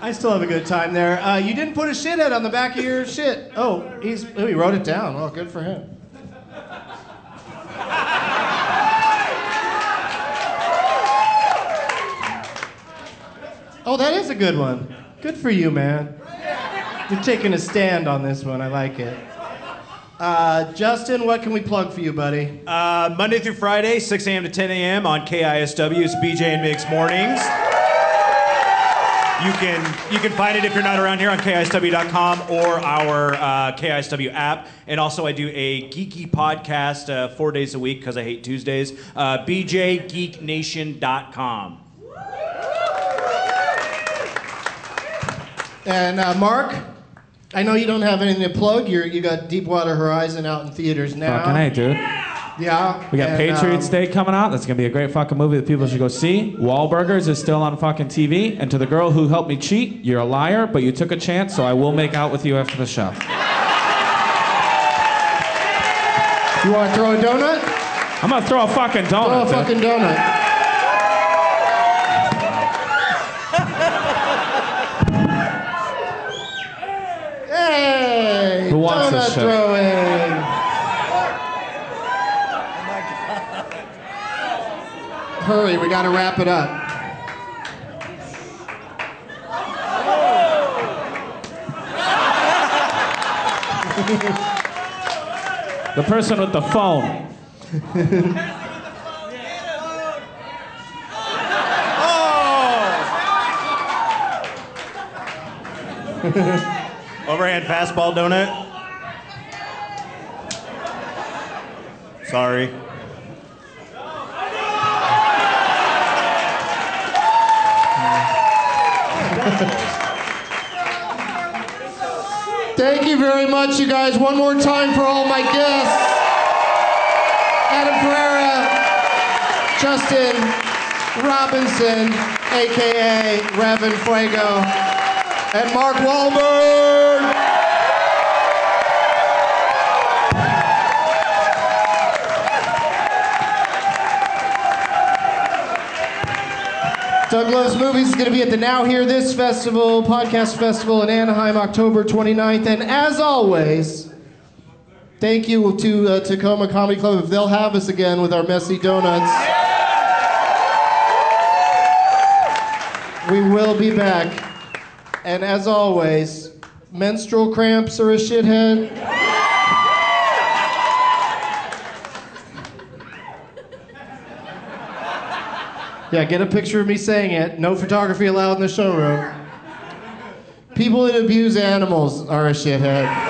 I still have a good time there. Uh, you didn't put a shithead on the back of your shit. Oh, he's oh, he wrote it down. Oh, good for him. Oh, that is a good one. Good for you, man. You're taking a stand on this one. I like it. Uh, Justin, what can we plug for you, buddy?
Uh, Monday through Friday, 6 a.m. to 10 a.m. on KISW. It's BJ and Mix mornings. You can you can find it if you're not around here on KISW.com or our uh, KISW app. And also, I do a geeky podcast uh, four days a week because I hate Tuesdays. Uh, BJGeekNation.com.
And uh, Mark, I know you don't have anything to plug. You're, you got Deepwater Horizon out in theaters now.
Fucking hey, dude.
Yeah.
We got
and,
Patriots
um,
Day coming out. That's gonna be a great fucking movie that people should go see. Wahlburgers is still on fucking TV. And to the girl who helped me cheat, you're a liar, but you took a chance, so I will make out with you after the show.
You want to throw a donut?
I'm gonna throw a fucking donut.
Throw a
dude.
fucking donut. Hey!
Who wants
donut
this shit?
throwing. Hurry, we gotta wrap it up.
The person with the phone.
Overhand fastball donut. Sorry.
Thank you very much, you guys. One more time for all my guests Adam Pereira, Justin Robinson, aka Revan Fuego, and Mark Wahlberg. Doug Loves Movies is going to be at the Now Hear This Festival, Podcast Festival in Anaheim, October 29th. And as always, thank you to uh, Tacoma Comedy Club if they'll have us again with our messy donuts. We will be back. And as always, menstrual cramps are a shithead. Yeah, get a picture of me saying it. No photography allowed in the showroom. People that abuse animals are a shithead.